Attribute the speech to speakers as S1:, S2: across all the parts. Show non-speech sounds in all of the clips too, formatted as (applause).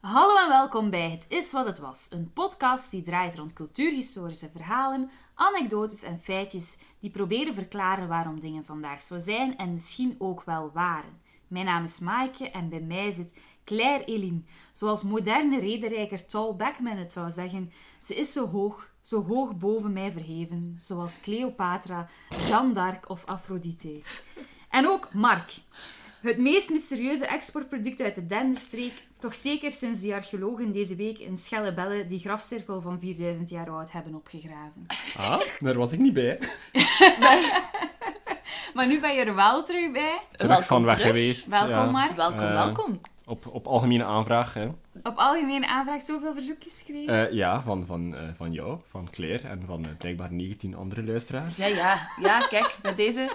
S1: Hallo en welkom bij Het is wat het was, een podcast die draait rond cultuurhistorische verhalen, anekdotes en feitjes die proberen verklaren waarom dingen vandaag zo zijn en misschien ook wel waren. Mijn naam is Maaike en bij mij zit Claire Eline. Zoals moderne rederijker Tal Beckman het zou zeggen, ze is zo hoog, zo hoog boven mij verheven, zoals Cleopatra, Jeanne d'Arc of Aphrodite. En ook Mark, het meest mysterieuze exportproduct uit de Denderstreek, toch zeker sinds die archeologen deze week in Schellebellen die grafcirkel van 4000 jaar oud hebben opgegraven.
S2: Ah, daar was ik niet bij.
S1: Maar nu ben je er wel terug bij.
S2: Terug van weg
S3: terug.
S2: geweest.
S1: Welkom,
S2: ja.
S1: Mark.
S3: Welkom,
S2: Eh,
S3: welkom.
S2: Op, op algemene aanvraag, hè.
S1: Op algemene aanvraag zoveel verzoekjes gekregen.
S2: Eh, ja, van, van, eh, van jou, van Claire en van eh, blijkbaar 19 andere luisteraars.
S3: Ja, ja, ja, kijk, bij deze,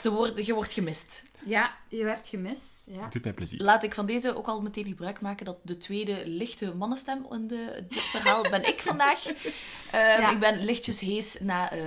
S3: ze worden, je wordt gemist.
S1: Ja, je werd gemist. Ja.
S2: Het doet mij plezier.
S3: Laat ik van deze ook al meteen gebruik maken dat de tweede lichte mannenstem in de, dit verhaal ben ik vandaag. Eh,
S1: Ja.
S3: Ik ben lichtjes hees na eh,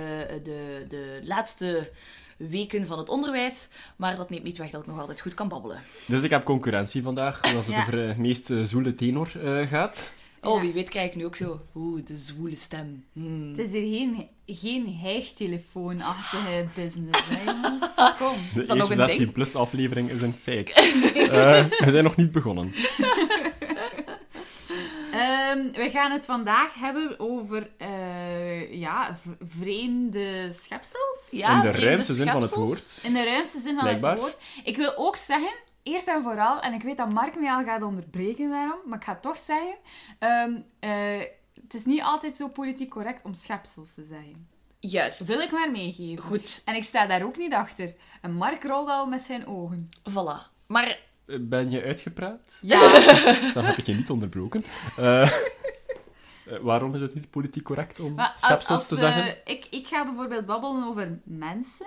S3: de, de laatste weken van het onderwijs, maar dat neemt niet weg dat ik nog altijd goed kan babbelen.
S2: Dus ik heb concurrentie vandaag, als het
S1: Ja.
S2: over de meest eh, zoele tenor eh, gaat.
S3: Oh,
S1: Ja.
S3: wie weet krijg ik nu ook zo, oeh, de zwoele stem. Hmm.
S1: Het is hier geen, geen hijgtelefoonachtige business, hè, jongens. (laughs) Kom.
S2: De
S3: dat ook
S2: eerste
S3: een
S2: 16
S3: ding?
S2: plus aflevering is een
S1: (laughs)
S2: feit. Eh, we zijn nog niet begonnen.
S1: Ehm, we gaan het vandaag hebben over eh, ja, v- vreemde schepsels.
S3: Ja,
S2: In de
S3: vreemde
S2: ruimste zin van het
S3: schepsels.
S2: woord.
S1: In de ruimste zin van
S2: Blijkbaar.
S1: het woord. Ik wil ook zeggen, eerst en vooral, en ik weet dat Mark mij al gaat onderbreken daarom, maar ik ga het toch zeggen, ehm, eh, het is niet altijd zo politiek correct om schepsels te zeggen. Dat
S3: Juist.
S1: wil ik maar meegeven.
S3: Goed,
S1: En ik sta daar ook niet achter. En Mark rolde al met zijn ogen.
S3: voilà. Maar
S2: Eh, Ben je uitgepraat?
S1: Ja,
S2: Dan heb ik je niet onderbroken. Eh, (laughs) eh, waarom is het niet politiek correct om
S1: maar eh, als,
S2: schepsels te
S1: we-
S2: zeggen?
S1: Ik, ik ga bijvoorbeeld babbelen over mensen.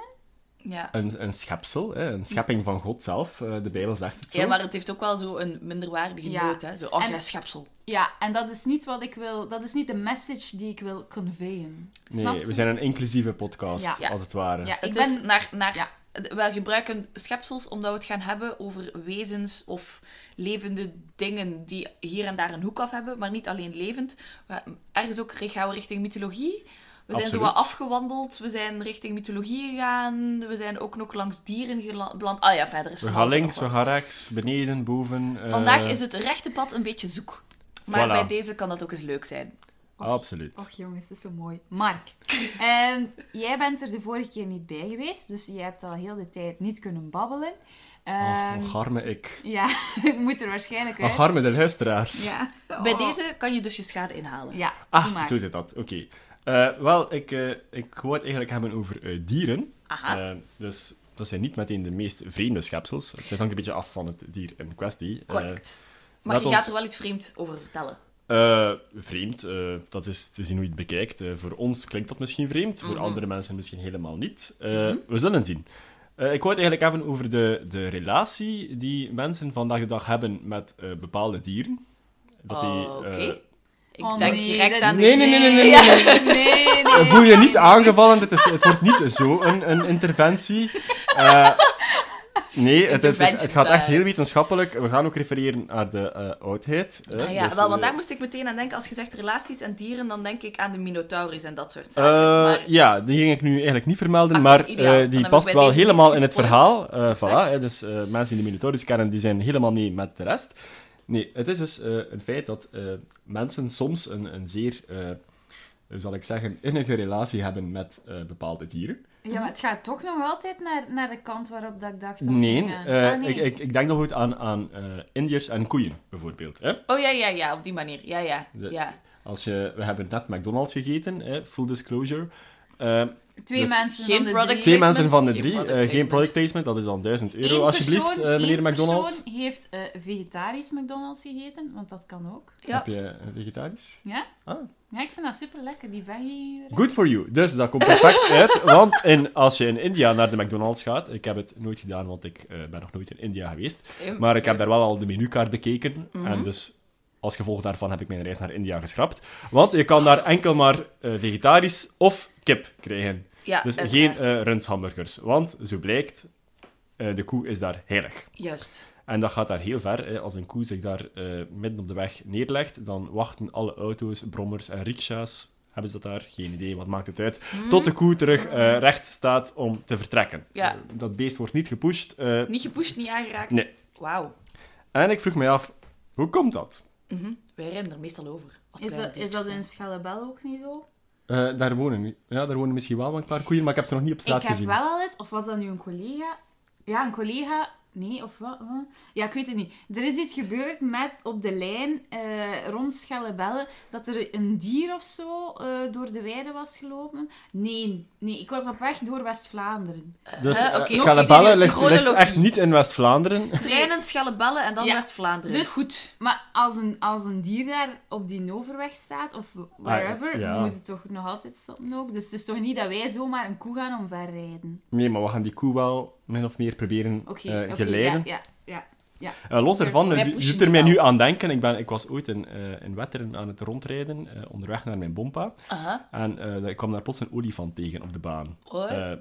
S3: ja.
S2: Een, een schepsel, hè, een schepping van God zelf. Eh, de Bijbel zegt het zo.
S3: Ja, maar het heeft ook wel zo een minderwaardige
S1: Ja.
S3: noot, hè. Zo, oh,
S1: En-
S3: jij schepsel.
S1: Ja, en dat is niet wat ik wil, dat is niet de message die ik wil conveyen. Snap
S2: Nee,
S1: je?
S2: we zijn een inclusieve podcast,
S1: Ja.
S2: als het ware.
S1: Ja, ik
S3: Het
S1: ben...
S3: is naar... naar
S1: Ja.
S3: We gebruiken schepsels omdat we het gaan hebben over wezens of levende dingen die hier en daar een hoek af hebben, maar niet alleen levend. We, ergens ook richt- gaan we richting mythologie. We zijn zo
S2: Absoluut.
S3: wat afgewandeld, we zijn richting mythologie gegaan, we zijn ook nog langs dieren gela- beland. Ah ja, verder is
S2: We
S3: van
S2: gaan
S3: alles en
S2: links,
S3: nog
S2: we
S3: wat.
S2: gaan rechts, beneden, boven. eh,
S3: Vandaag is het rechte pad een beetje zoek. Maar
S2: Voilà.
S3: bij deze kan dat ook eens leuk zijn.
S2: Absoluut.
S1: Och jongens, dat is zo mooi. Mark, (laughs) ehm, jij bent er de vorige keer niet bij geweest, dus je hebt al heel de tijd niet kunnen babbelen.
S2: Ach,
S1: Ehm,
S2: och, oh. arme ik.
S1: ja, (laughs) ik moet er waarschijnlijk uit.
S2: Ach, arme de luisteraars.
S1: Ja.
S3: Bij
S1: Oh.
S3: deze kan je dus je schade inhalen.
S1: Ja, doe
S2: Ah,
S1: maar.
S2: zo zit dat. Oké. Eh, wel, ik, eh, ik wou het eigenlijk hebben over eh, dieren.
S3: Aha.
S2: Eh, dus dat zijn niet meteen de meest vreemde schepsels. Het hangt een beetje af van het dier in kwestie. Eh,
S3: Correct. maar
S2: laat
S3: je
S2: ons-
S3: gaat er wel iets vreemd over vertellen.
S2: Eh, vreemd, eh, dat is te zien hoe je het bekijkt. Eh, voor ons klinkt dat misschien vreemd,
S3: Mhm.
S2: voor andere mensen misschien helemaal niet. Eh, We zullen zien. Eh, ik wou het eigenlijk hebben over de, de relatie die mensen vandaag de dag hebben met eh, bepaalde dieren. Dat die,
S3: Oh, Oké.
S2: eh,
S3: Ik
S1: Oh,
S3: denk
S1: nee,
S3: direct
S1: dat-
S3: aan de
S2: Nee, nee, nee, nee, nee, Eh,
S1: nee, (laughs) nee, nee, nee.
S2: voel je
S3: Ah.
S2: niet aangevallen, het, is, het wordt niet zo een, een interventie. Eh, nee, het, het, is- het gaat
S3: eh.
S2: echt heel wetenschappelijk. We gaan ook refereren naar de eh, oudheid. eh,
S3: Ah ja,
S2: dus,
S3: wel, want
S2: eh,
S3: daar moest ik meteen aan denken. Als je zegt relaties en dieren, dan denk ik aan de Minotaurus en dat soort zaken.
S2: Eh,
S3: maar
S2: ja, die ging ik nu eigenlijk niet vermelden,
S3: Ah,
S2: maar
S3: ideaal.
S2: eh,
S3: Dan hebben
S2: die
S3: we
S2: past
S3: bij
S2: wel
S3: deze niks
S2: helemaal in het
S3: gespoord.
S2: verhaal. Eh, voilà,
S3: Perfect.
S2: hè, dus eh, mensen die de Minotaurus kennen, die zijn helemaal niet met de rest. Nee, het is dus eh, een feit dat eh, mensen soms een, een zeer, eh, hoe zal ik zeggen, innige relatie hebben met eh, bepaalde dieren.
S1: Ja, maar het gaat toch nog altijd naar, naar de kant waarop dat ik dacht dat
S2: Nee,
S1: ging gaan.
S2: eh,
S1: Ah, nee.
S2: Ik, ik, ik denk nog goed aan, aan eh, Indiërs en koeien, bijvoorbeeld. Hè?
S3: Oh ja, ja, ja, op die manier. Ja, ja,
S2: De-
S3: ja.
S2: Als je, we hebben net McDonald's gegeten, hè, full disclosure. Eh,
S1: Twee
S2: dus
S1: mensen
S3: geen
S1: van de
S3: product-
S1: drie.
S2: Twee
S3: placement,
S2: mensen van de
S3: geen
S2: drie,
S3: product
S2: eh, geen
S3: placement.
S2: product placement, dat is dan 1000 euro
S1: Eén
S2: alsjeblieft,
S1: persoon-
S2: eh, meneer
S1: één
S2: McDonald.
S1: persoon heeft eh, vegetarisch McDonald's gegeten, want dat kan ook.
S3: ja.
S2: Heb je eh, vegetarisch?
S1: Ja?
S2: Ah.
S1: Ja, ik vind dat super lekker, die veggie.
S2: Good for you. Dus dat komt
S1: (laughs)
S2: perfect uit, want in, als je in India naar de McDonald's gaat, ik heb het nooit
S1: Mm, Mhm.
S2: gedaan, want ik eh, ben nog nooit in India geweest, maar ik heb daar wel al de menukaart bekeken en dus Als gevolg daarvan heb ik mijn reis naar India geschrapt. Want je kan daar enkel maar eh, vegetarisch of kip krijgen.
S3: Ja,
S2: dus geen
S3: uiteraard.
S2: eh rundshamburgers. Want, zo blijkt, eh, de koe is daar heilig.
S3: Juist.
S2: En dat gaat daar heel ver. Hè. Als een koe zich daar eh, midden op de weg neerlegt, dan wachten alle auto's, brommers en riksha's. Hebben ze dat daar? Geen idee, wat maakt het uit?
S1: Hmm.
S2: Tot de koe terug eh, recht staat om te vertrekken.
S3: Ja.
S2: Eh, dat beest wordt niet gepusht. eh,
S3: Niet gepusht, niet aangeraakt.
S2: Nee.
S3: Wauw.
S2: en ik vroeg mij af, hoe komt dat?
S3: Wij rennen er meestal over. als
S1: Is
S3: kleine
S1: dat, is
S3: diertjes
S1: dat
S3: zijn.
S1: in Schellebel ook niet zo?
S2: Eh, daar, wonen, ja, daar wonen misschien wel een paar koeien, maar ik heb ze nog niet op straat
S1: ik heb
S2: gezien.
S1: wel al eens, of was dat nu een collega? Ja, een collega. Nee, of wat? wat? Ja, ik weet het niet. Er is iets gebeurd met op de lijn eh rond Schellebellen dat er een dier of zo eh, door de weide was gelopen. Nee, nee, ik was op weg door West-Vlaanderen.
S2: Dus
S3: Eh,
S2: eh,
S3: oké.
S2: Schalebellen
S3: Ook
S2: ligt, ligt
S3: chronologie.
S2: echt niet in West-Vlaanderen.
S3: Treinen, schellebellen en dan
S1: Ja.
S2: Eh,
S3: West-Vlaanderen.
S1: Dus-
S3: goed.
S1: Maar als een, als een dier daar op die overweg staat, of wherever,
S2: Ah, ja.
S1: moet het toch nog altijd stoppen ook. Dus het is toch niet dat wij zomaar een koe gaan omverrijden.
S2: Nee, maar we gaan die koe wel min of meer proberen
S1: Oké,
S2: eh,
S1: oké,
S2: geleiden.
S1: ja, ja, ja.
S2: Eh, los daarvan,
S3: Wij
S2: het
S3: pushen
S2: doet
S3: die
S2: er mij
S3: wel.
S2: nu aan denken. Ik, ben, ik was ooit in, eh, in Wetteren aan het rondrijden, eh, onderweg naar mijn bompa.
S3: Aha.
S2: En eh, ik kwam daar plots een olifant tegen op de baan.
S3: Hoi.
S2: Eh,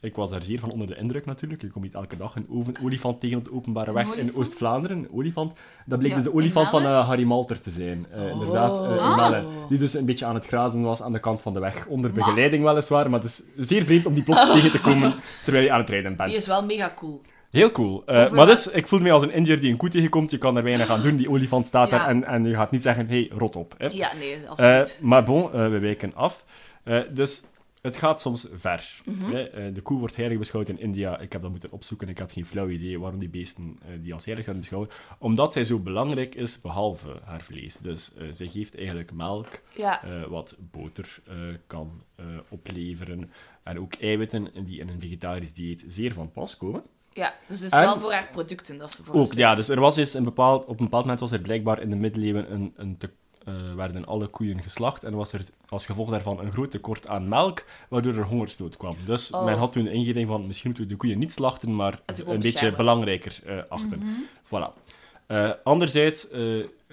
S2: ik was daar zeer van onder de indruk natuurlijk. Je komt niet elke dag een oven- olifant tegen op de openbare
S1: Een
S2: weg in
S1: olifant?
S2: Oost-Vlaanderen. Een olifant. Dat bleek
S1: Ja,
S2: dus de
S1: in
S2: olifant van
S1: Melle?
S2: eh, Harry Malter te zijn. eh, Inderdaad, eh, in
S1: Oh.
S2: Melle. Die dus een beetje aan het grazen was aan de kant van de weg. Onder begeleiding weliswaar, maar het is zeer vreemd om die
S1: Oh.
S2: plots tegen te komen terwijl je aan het
S1: (laughs)
S2: rijden bent.
S3: Die is wel mega cool.
S2: Heel cool. Eh,
S1: Over
S2: maar
S1: wat-
S2: dus, ik voel me als een Indiër die een koe tegenkomt. Je kan er weinig aan doen. Die olifant staat
S1: Ja.
S2: daar en, en je gaat niet zeggen, hé, hey, rot op. Hè?
S3: Ja, nee,
S2: Eh,
S3: absoluut.
S2: maar bon, eh, we wijken af. Eh, dus het gaat soms ver.
S1: Mhm.
S2: hè. Eh, de koe wordt heilig beschouwd in India. Ik heb dat moeten opzoeken. Ik had geen flauw idee waarom die beesten eh, die als heilig zijn beschouwen. Omdat zij zo belangrijk is, behalve haar vlees. Dus eh, zij geeft eigenlijk melk,
S3: ja.
S2: eh, wat boter eh, kan eh, opleveren. En ook eiwitten die in een vegetarisch dieet zeer van pas komen.
S3: ja, dus het is
S2: en-
S3: wel voor haar producten dat ze voor
S2: Ook, ja. Dus er was eens een bepaald, op een bepaald moment was er blijkbaar in de middeleeuwen een, een te, eh, werden alle koeien geslacht en was er als gevolg daarvan een groot tekort aan melk, waardoor er hongersnood kwam. Dus
S3: Oh.
S2: men had toen de ingedeling van misschien moeten we de koeien niet slachten, maar
S3: Het Mhm. gewoon
S2: een beetje
S3: beschermen.
S2: belangrijker eh, achten. Voilà. Eh, anderzijds, eh,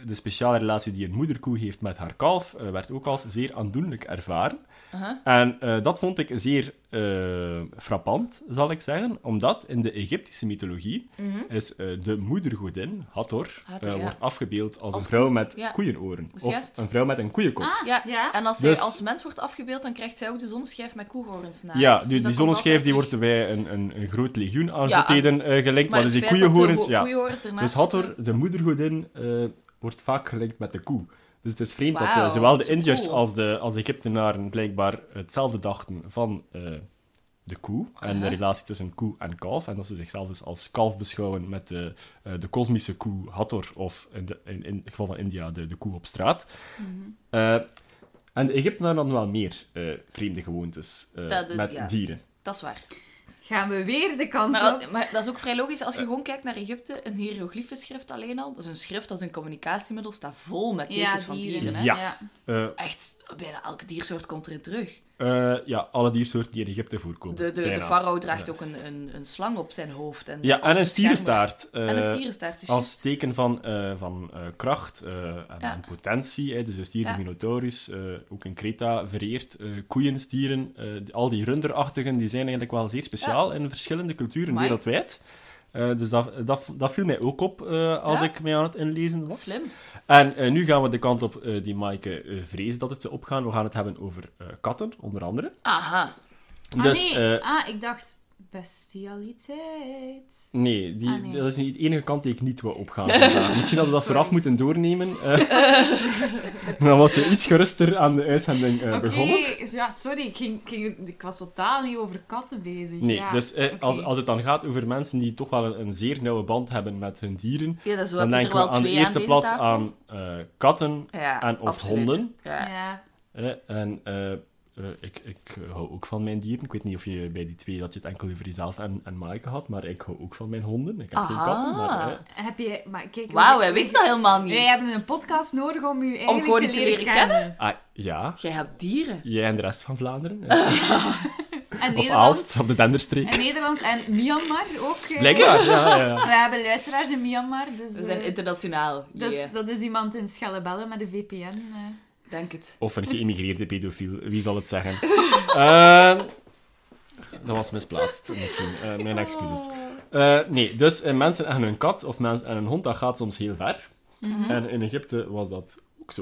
S2: de speciale relatie die een moederkoe heeft met haar kalf eh, werd ook als zeer aandoenlijk ervaren.
S3: Aha.
S2: En eh, dat vond ik zeer eh, frappant, zal ik zeggen, omdat in de Egyptische mythologie is eh, de moedergodin Hathor,
S3: Mhm. Hathor,
S2: eh,
S3: ja.
S2: wordt afgebeeld als,
S3: Als
S2: een vrouw met
S3: ja.
S2: koeienoren.
S3: Dus
S2: of
S3: juist.
S2: een vrouw met een koeienkop.
S1: Ah,
S3: Ja.
S1: ja.
S3: En als
S2: Dus-
S3: zij als mens wordt afgebeeld, dan krijgt zij ook de zonneschijf met koehorens naast.
S2: ja,
S3: Dus
S2: die,
S3: dat
S2: die
S3: komt
S2: zonneschijf
S3: altijd
S2: die wordt
S3: terug.
S2: bij een, een, een groot legioen aangeteden eh, gelinkt,
S3: Maar
S2: maar dus die
S3: het feit dat de
S2: koeienhorens...
S3: ho-
S2: Ja.
S3: koeienhorens ernaast
S2: Dus Hathor, de moedergodin, eh, wordt vaak gelinkt met de koe. Dus het is vreemd dat eh,
S3: Wauw,
S2: zowel de
S3: zo cool.
S2: Indiërs als, de, als de Egyptenaren blijkbaar hetzelfde dachten van eh, de koe en de
S3: Aha.
S2: relatie tussen koe en kalf. En dat ze zichzelf dus als kalf beschouwen met de, eh, de kosmische koe Hathor, of in, de- in, in het geval van India, de, de koe op straat.
S3: Mhm.
S2: Eh, en de Egyptenaren hadden wel meer eh, vreemde gewoontes eh,
S3: Dat- dat-
S2: met
S3: ja.
S2: dieren.
S3: zijn. Dat is waar.
S1: Gaan we weer de kant op.
S3: Maar, maar dat is ook vrij logisch. Als je gewoon kijkt naar Egypte, een hieroglyphenschrift alleen al. Dat is een schrift, dat is een communicatiemiddel, staat vol met tekens van dieren. hè.
S2: Ja. Eh,
S3: Echt, bijna elke diersoort komt erin terug.
S2: eh, ja, alle diersoorten die in Egypte voorkomen.
S3: De, de, de
S2: Bijna.
S3: farao draagt ook een, een, een slang op zijn hoofd. En
S2: Ja,
S3: als
S2: en een
S3: beschermer.
S2: stierenstaart. eh,
S3: en een stierenstaart, dus
S2: als
S3: juist.
S2: teken van, eh, van eh, kracht eh, en,
S3: Ja.
S2: en potentie. hè. dus de stier,
S3: Ja.
S2: de Minotaurus, eh, ook in Creta vereerd. eh koeien, stieren, eh, die- al die runderachtigen, die zijn eigenlijk wel zeer speciaal in verschillende culturen
S3: Amai.
S2: wereldwijd. Eh, dus dat, dat, dat viel mij ook op eh, als
S3: Ja.
S2: ik mij aan het inlezen was.
S3: Slim.
S2: En eh, nu gaan we de kant op eh, die Maaike eh, vreest dat het zou opgaan. We gaan het hebben over eh, katten, onder andere.
S3: Aha.
S1: Ah,
S2: dus,
S1: nee.
S2: eh,
S1: ah, ik dacht bestialiteit.
S2: Nee, die,
S1: Ah, nee.
S2: dat is niet het enige kant die ik niet wil opgaan. vandaag. Misschien hadden we dat
S1: Sorry.
S2: vooraf moeten doornemen. eh. (laughs) dan was je iets geruster aan de uitzending eh,
S1: Oké,
S2: begonnen.
S1: ja, sorry, ik, ging, ik, ging- ik was totaal niet over katten bezig.
S2: Nee,
S1: ja.
S2: dus eh, als,
S1: oké.
S2: als het dan gaat over mensen die toch wel een, een zeer nauwe band hebben met hun dieren,
S3: Ja, dat is wel,
S2: dan
S3: denk
S2: denken
S3: wel
S2: we aan de
S3: twee
S2: eerste
S3: deze
S2: plaats
S3: tafel.
S2: aan eh, katten
S3: Ja,
S2: en of
S3: absoluut.
S2: honden.
S3: Ja.
S1: Ja.
S2: Eh, en eh, eh, ik, ik eh, hou ook van mijn dieren. Ik weet niet of je bij die twee dat je het enkel over jezelf en, en Maaike had, maar ik hou ook van mijn honden. Ik heb geen
S3: Aha.
S2: katten, maar... eh,
S1: Heb je... Maar kijk...
S3: Wauw,
S1: we-
S3: wij weten dat helemaal niet.
S1: Wij hebben een podcast nodig om u eigenlijk
S3: gewoon
S1: te,
S3: te
S1: leren
S3: leren
S1: kennen.
S2: ah, ja,
S3: Jij hebt dieren.
S2: Jij en de rest van Vlaanderen. eh.
S1: en
S2: Of
S1: Nederland.
S2: Aalst, op de Denderstreek.
S1: En Nederland en Myanmar ook. eh.
S2: Blijkbaar, ja, ja, ja.
S1: We hebben luisteraars in Myanmar, dus...
S3: We zijn
S1: eh,
S3: internationaal.
S1: dat, is,
S3: Yeah.
S1: dat is iemand in Schellebellen met de VPN. eh.
S3: Denk het.
S2: Of een geïmmigreerde pedofiel, wie zal het
S3: (laughs)
S2: zeggen? Ehm, dat was misplaatst, misschien. Eh, mijn excuses. Eh, nee, dus eh, mensen en een kat of mensen en een hond, dat gaat soms heel ver. En in Egypte was dat ook zo.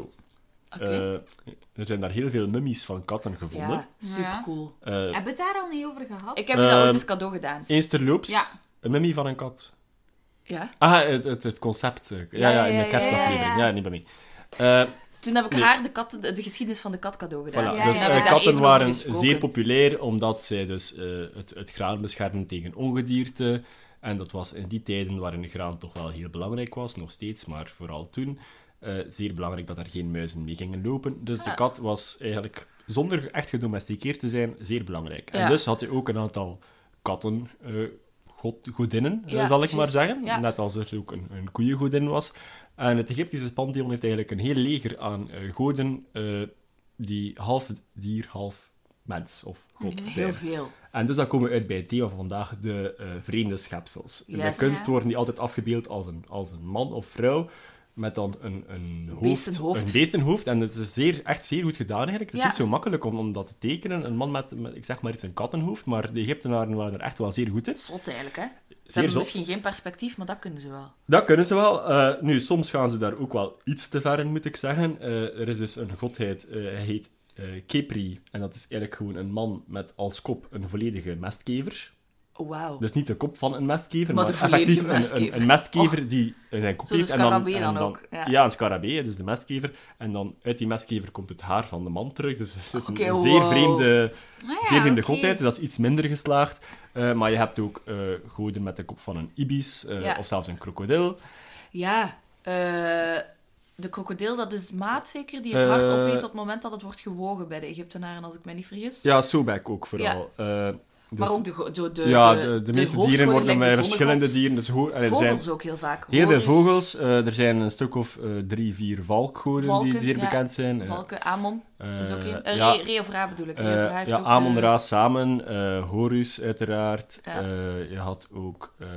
S3: Mhm. Oké.
S2: Eh, er zijn daar heel veel mummies van katten gevonden.
S3: ja, supercool.
S2: Eh
S1: Hebben we het daar al niet over gehad?
S3: Ik heb je dat ooit
S2: Ehm,
S3: eens cadeau gedaan.
S2: eens terloops,
S1: Ja.
S2: een mummie van een kat.
S3: Ja.
S2: Ah, het, het, het concept. eh, Ja, ja,
S3: Ja,
S2: in
S3: ja,
S2: de
S3: ja,
S2: kerstaflevering. Ja,
S1: ja, ja.
S2: niet bij mij. Eh,
S3: Toen heb ik
S2: Nee.
S3: haar de, katten, de geschiedenis van de kat cadeau
S2: voilà.
S3: gedaan.
S1: Ja,
S2: dus
S1: ja,
S2: eh,
S1: we hebben daar
S2: katten
S3: even over
S2: waren
S3: gesproken.
S2: zeer populair, omdat zij dus eh, het, het graan beschermen tegen ongedierte. En dat was in die tijden waarin graan toch wel heel belangrijk was, nog steeds, maar vooral toen. eh, zeer belangrijk dat er geen muizen mee gingen lopen. Dus de
S3: Ja.
S2: kat was eigenlijk, zonder echt gedomesticeerd te zijn, zeer belangrijk.
S3: Ja.
S2: En dus had hij ook een aantal katten, eh, god- godinnen, eh,
S3: Ja,
S2: zal ik maar
S3: juist.
S2: zeggen.
S3: Ja.
S2: Net als er ook een, een koeiengodin was. En het Egyptische pantheon heeft eigenlijk een heel leger aan eh, goden eh, die half dier, half mens of god
S3: Heel
S2: zijn.
S3: veel.
S2: En dus dan komen we uit bij het thema van vandaag, de eh, vreemde schepsels. In
S3: Yes.
S2: de kunst
S1: Ja.
S2: worden die altijd afgebeeld als een, als een man of vrouw, met dan een, een hoofd.
S3: Beestenhoofd.
S2: Een beestenhoofd. En dat is zeer, echt zeer goed gedaan eigenlijk. Het is
S3: Ja.
S2: niet zo makkelijk om, om dat te tekenen. Een man met, met, ik zeg maar, iets een kattenhoofd, maar de Egyptenaren waren er echt wel zeer goed in.
S3: Zot eigenlijk, hè? Ze
S2: Zeer
S3: hebben
S2: zot.
S3: misschien geen perspectief, maar dat kunnen ze wel.
S2: Dat kunnen ze wel. Eh, nu, soms gaan ze daar ook wel iets te ver in, moet ik zeggen. Eh, er is dus een godheid, eh, hij heet eh, Kepri. En dat is eigenlijk gewoon een man met als kop een volledige mestkever.
S3: Oh, Wauw.
S2: Dus niet de kop van een mestkever,
S3: Maar
S2: maar,
S3: de volledige
S2: effectief een- een, een,
S3: mestkever.
S2: mestkever die in zijn kop
S3: Zo de
S2: heeft.
S3: scarabee dan ook, ja.
S2: Ja. een scarabee, dus de mestkever. En dan uit die mestkever komt het haar van de man terug. Dus het is een,
S3: Oké,
S2: een zeer
S3: wow.
S2: vreemde...
S1: Ah ja,
S2: Zeer vreemde
S1: oké.
S2: godheid, dus dat is iets minder geslaagd. Eh, maar je hebt ook eh, goden met de kop van een ibis, eh,
S3: Ja.
S2: of zelfs een krokodil.
S3: Ja, eh, de krokodil, dat is maat zeker, die het hart
S2: Eh,
S3: opeet op het moment dat het wordt gewogen bij de Egyptenaren, als ik mij niet vergis.
S2: Ja, Sobek ook vooral. Eh, dus-
S3: maar ook de, go- de, de,
S2: ja,
S3: de,
S2: de, de meeste
S3: de hoofdgodin
S2: dieren worden
S3: lijkt
S2: bij
S3: de
S2: verschillende
S3: zonnegod.
S2: dieren. Dus ho- en er zijn
S3: Vogels ook heel vaak.
S2: heel veel
S3: Horus,
S2: vogels. Eh, er zijn een stuk of eh, drie, vier valkgoden die
S3: Valken,
S2: zeer
S3: ja.
S2: bekend zijn. Eh,
S3: Valken, Amon, dat is ook
S2: eh,
S3: een. eh,
S2: ja.
S3: Re, Re of Ra bedoel ik. Re of Ra
S2: Eh
S3: heeft
S2: ja,
S3: ook
S2: Amon
S3: de-
S2: Ra samen, eh, Horus uiteraard.
S3: Ja.
S2: Eh, je had ook, eh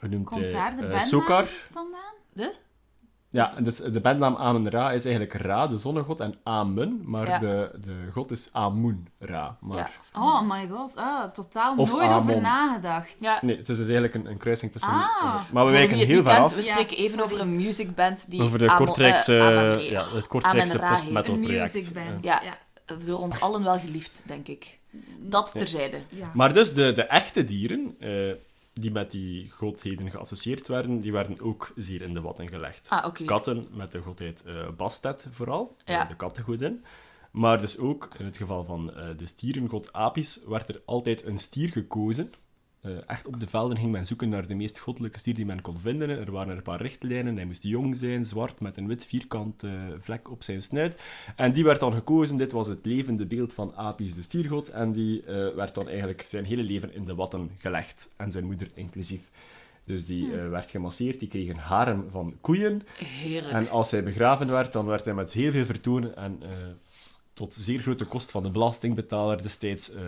S2: hoe noemt
S1: Komt
S2: hij?
S1: daar de
S2: Eh,
S1: bandnaam
S2: Sokar.
S1: vandaan?
S2: Ja, dus de bandnaam Amon Ra is eigenlijk Ra, de zonnegod, en Amun. Maar
S3: Ja.
S2: de, de god is Amun Ra. Maar...
S3: Ja.
S1: Oh my god, ah, totaal
S2: Of
S1: nooit over
S2: Amon.
S1: nagedacht.
S3: Ja.
S2: Nee, het is dus eigenlijk een, een kruising tussen...
S1: Ah.
S2: maar we
S3: Voor
S2: wijken
S3: wie het
S2: heel
S3: niet
S2: ver
S3: kent,
S2: af.
S3: We
S1: Ja,
S3: spreken even
S1: sorry.
S3: over een musicband die...
S2: Over de
S3: Amon- eh,
S2: Kortrijkse,
S3: Amon Re.
S2: ja, het
S3: Amen
S2: Kortrijkse
S3: Ra heet.
S1: Een
S2: post-metal project.
S1: music band.
S3: Ja.
S1: Ja.
S3: Door Eh, ons allen wel geliefd, denk ik. Dat terzijde.
S1: Ja.
S2: Maar dus de, de echte dieren, eh, die met die godheden geassocieerd werden, die werden ook zeer in de watten gelegd.
S3: Ah, oké.
S2: Katten met de godheid eh, Bastet vooral,
S3: Ja.
S2: eh, de kattengodin. Maar dus ook, in het geval van eh, de stierengod Apis, werd er altijd een stier gekozen. Eh, echt op de velden ging men zoeken naar de meest goddelijke stier die men kon vinden. Er waren er een paar richtlijnen. Hij moest jong zijn, zwart, met een wit vierkant eh, vlek op zijn snuit. En die werd dan gekozen. Dit was het levende beeld van Apis, de stiergod. En die eh, werd dan eigenlijk zijn hele leven in de watten gelegd. En zijn moeder inclusief. Dus die eh, werd gemasseerd. Die kreeg een harem van koeien.
S3: Heerlijk.
S2: En als hij begraven werd, dan werd hij met heel veel vertoon en eh, tot zeer grote kost van de belastingbetaler destijds eh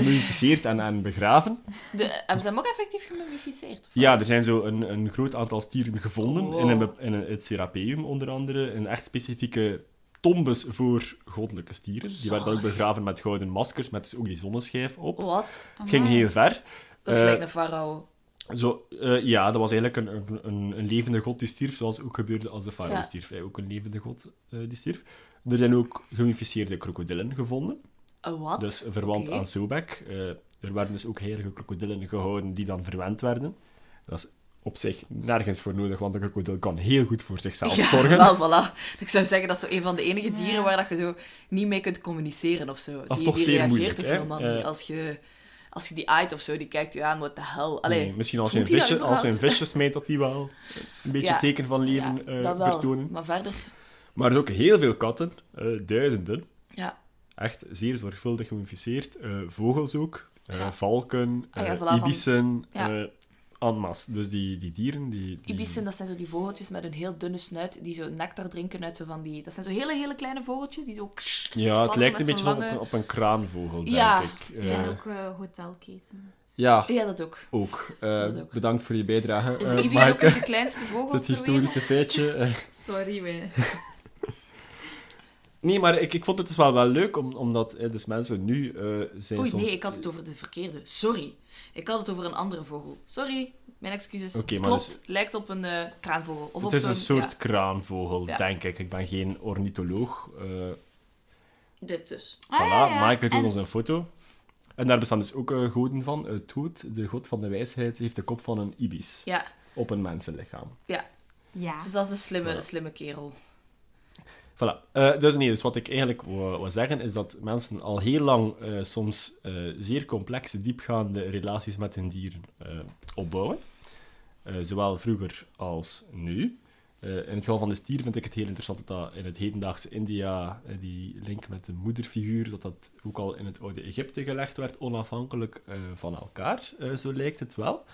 S2: gemummificeerd en, en begraven.
S3: De, hebben ze hem ook effectief gemummificeerd?
S2: Ja, er zijn zo een, een groot aantal stieren gevonden.
S3: Wow.
S2: In, een, bep- in een- het Serapeum onder andere. Een echt specifieke tombes voor goddelijke stieren. Die werden ook begraven met gouden maskers, met dus ook die zonneschijf op.
S3: Wat?
S2: Het ging heel ver.
S3: Dat is
S2: Eh,
S3: gelijk een farao.
S2: Zo, eh, ja, dat was eigenlijk een, een- een, een levende god die stierf, zoals ook gebeurde als de farao
S3: Ja.
S2: stierf. Hij ook een levende god eh, die stierf. Er zijn ook gemummificeerde krokodillen gevonden,
S3: Eh, Wat?
S2: dus verwant
S3: Oké.
S2: aan Sobek. Eh, er werden dus ook heilige krokodillen gehouden die dan verwend werden. Dat is op zich nergens voor nodig, want een krokodil kan heel goed voor zichzelf
S3: Ja,
S2: zorgen.
S3: wel, voilà. Ik zou zeggen, dat is zo een van de enige dieren
S1: Ja.
S3: waar dat je zo niet mee kunt communiceren of zo.
S2: Of
S3: die,
S2: toch
S3: die
S2: zeer
S3: reageert
S2: moeilijk,
S3: toch
S2: hè?
S3: helemaal niet.
S2: Eh.
S3: Als je, als je die aait of zo, die kijkt je aan, wat de hell. Allee,
S2: Nee, misschien als je, een
S3: voelt hij
S2: visje,
S3: dat
S2: als je een
S3: überhaupt?
S2: visje smijt, dat die wel een beetje
S3: Ja.
S2: teken van leven eh,
S3: dat wel.
S2: vertonen.
S3: Maar verder,
S2: Maar er ook heel veel katten, eh, duizenden.
S3: ja.
S2: echt zeer zorgvuldig gemummificeerd. Eh, vogels ook, Eh,
S3: Ja.
S2: valken,
S3: Ah ja,
S2: eh,
S3: voilà, van-
S2: ibissen,
S3: Ja.
S2: eh, en masse. Dus die, die dieren... Die, die...
S3: Ibissen, dat zijn zo die vogeltjes met een heel dunne snuit die zo nectar drinken uit zo van die... Dat zijn zo hele, hele kleine vogeltjes die zo...
S2: Ja, het
S3: vallen
S2: lijkt
S3: met
S2: een beetje
S3: zo'n
S2: op,
S3: lange-
S2: een- op een kraanvogel, denk
S3: Ja,
S2: ik.
S1: Er
S2: Eh,
S1: zijn ook eh, hotelketens.
S2: Ja,
S3: Ja, dat ook.
S2: ook. Eh,
S3: Dat ook.
S2: Bedankt voor je bijdrage,
S3: Is
S2: eh,
S3: de ibis ook
S2: (laughs) Maaike.
S3: niet de kleinste vogel
S2: Het
S3: ter wereld?
S2: historische feitje. eh.
S1: Sorry, we.
S2: Nee, maar ik, ik vond het dus wel, wel leuk, om, omdat eh, dus mensen nu eh, zijn
S3: Oei,
S2: soms...
S3: nee, ik had het over de verkeerde. Sorry. Ik had het over een andere vogel. Sorry, mijn excuses.
S2: Oké, maar dus-
S3: Klopt, lijkt op een eh, kraanvogel. Of op
S2: Het is
S3: zo'n-
S2: een soort
S3: ja,
S2: kraanvogel,
S3: Ja.
S2: denk ik. Ik ben geen ornitholoog. eh
S3: dit dus.
S1: Ah,
S2: voilà,
S1: ja, ja.
S2: Maaike doet
S1: En-
S2: ons een foto. En daar bestaan dus ook eh, goden van. Het Hoed, de god van de wijsheid, heeft de kop van een ibis
S3: Ja,
S2: op een mensenlichaam.
S3: ja.
S1: Ja.
S3: Dus dat is een slimme,
S2: Ja.
S3: slimme kerel.
S2: Voilà. Eh, dus nee, dus wat ik eigenlijk wou, wou zeggen is dat mensen al heel lang eh, soms eh, zeer complexe, diepgaande relaties met hun dieren eh, opbouwen. Eh, zowel vroeger als nu. Eh, in het geval van de stier vind ik het heel interessant dat, dat in het hedendaagse India eh, die link met de moederfiguur, dat dat ook al in het oude Egypte gelegd werd, onafhankelijk eh, van elkaar, eh, zo lijkt het wel.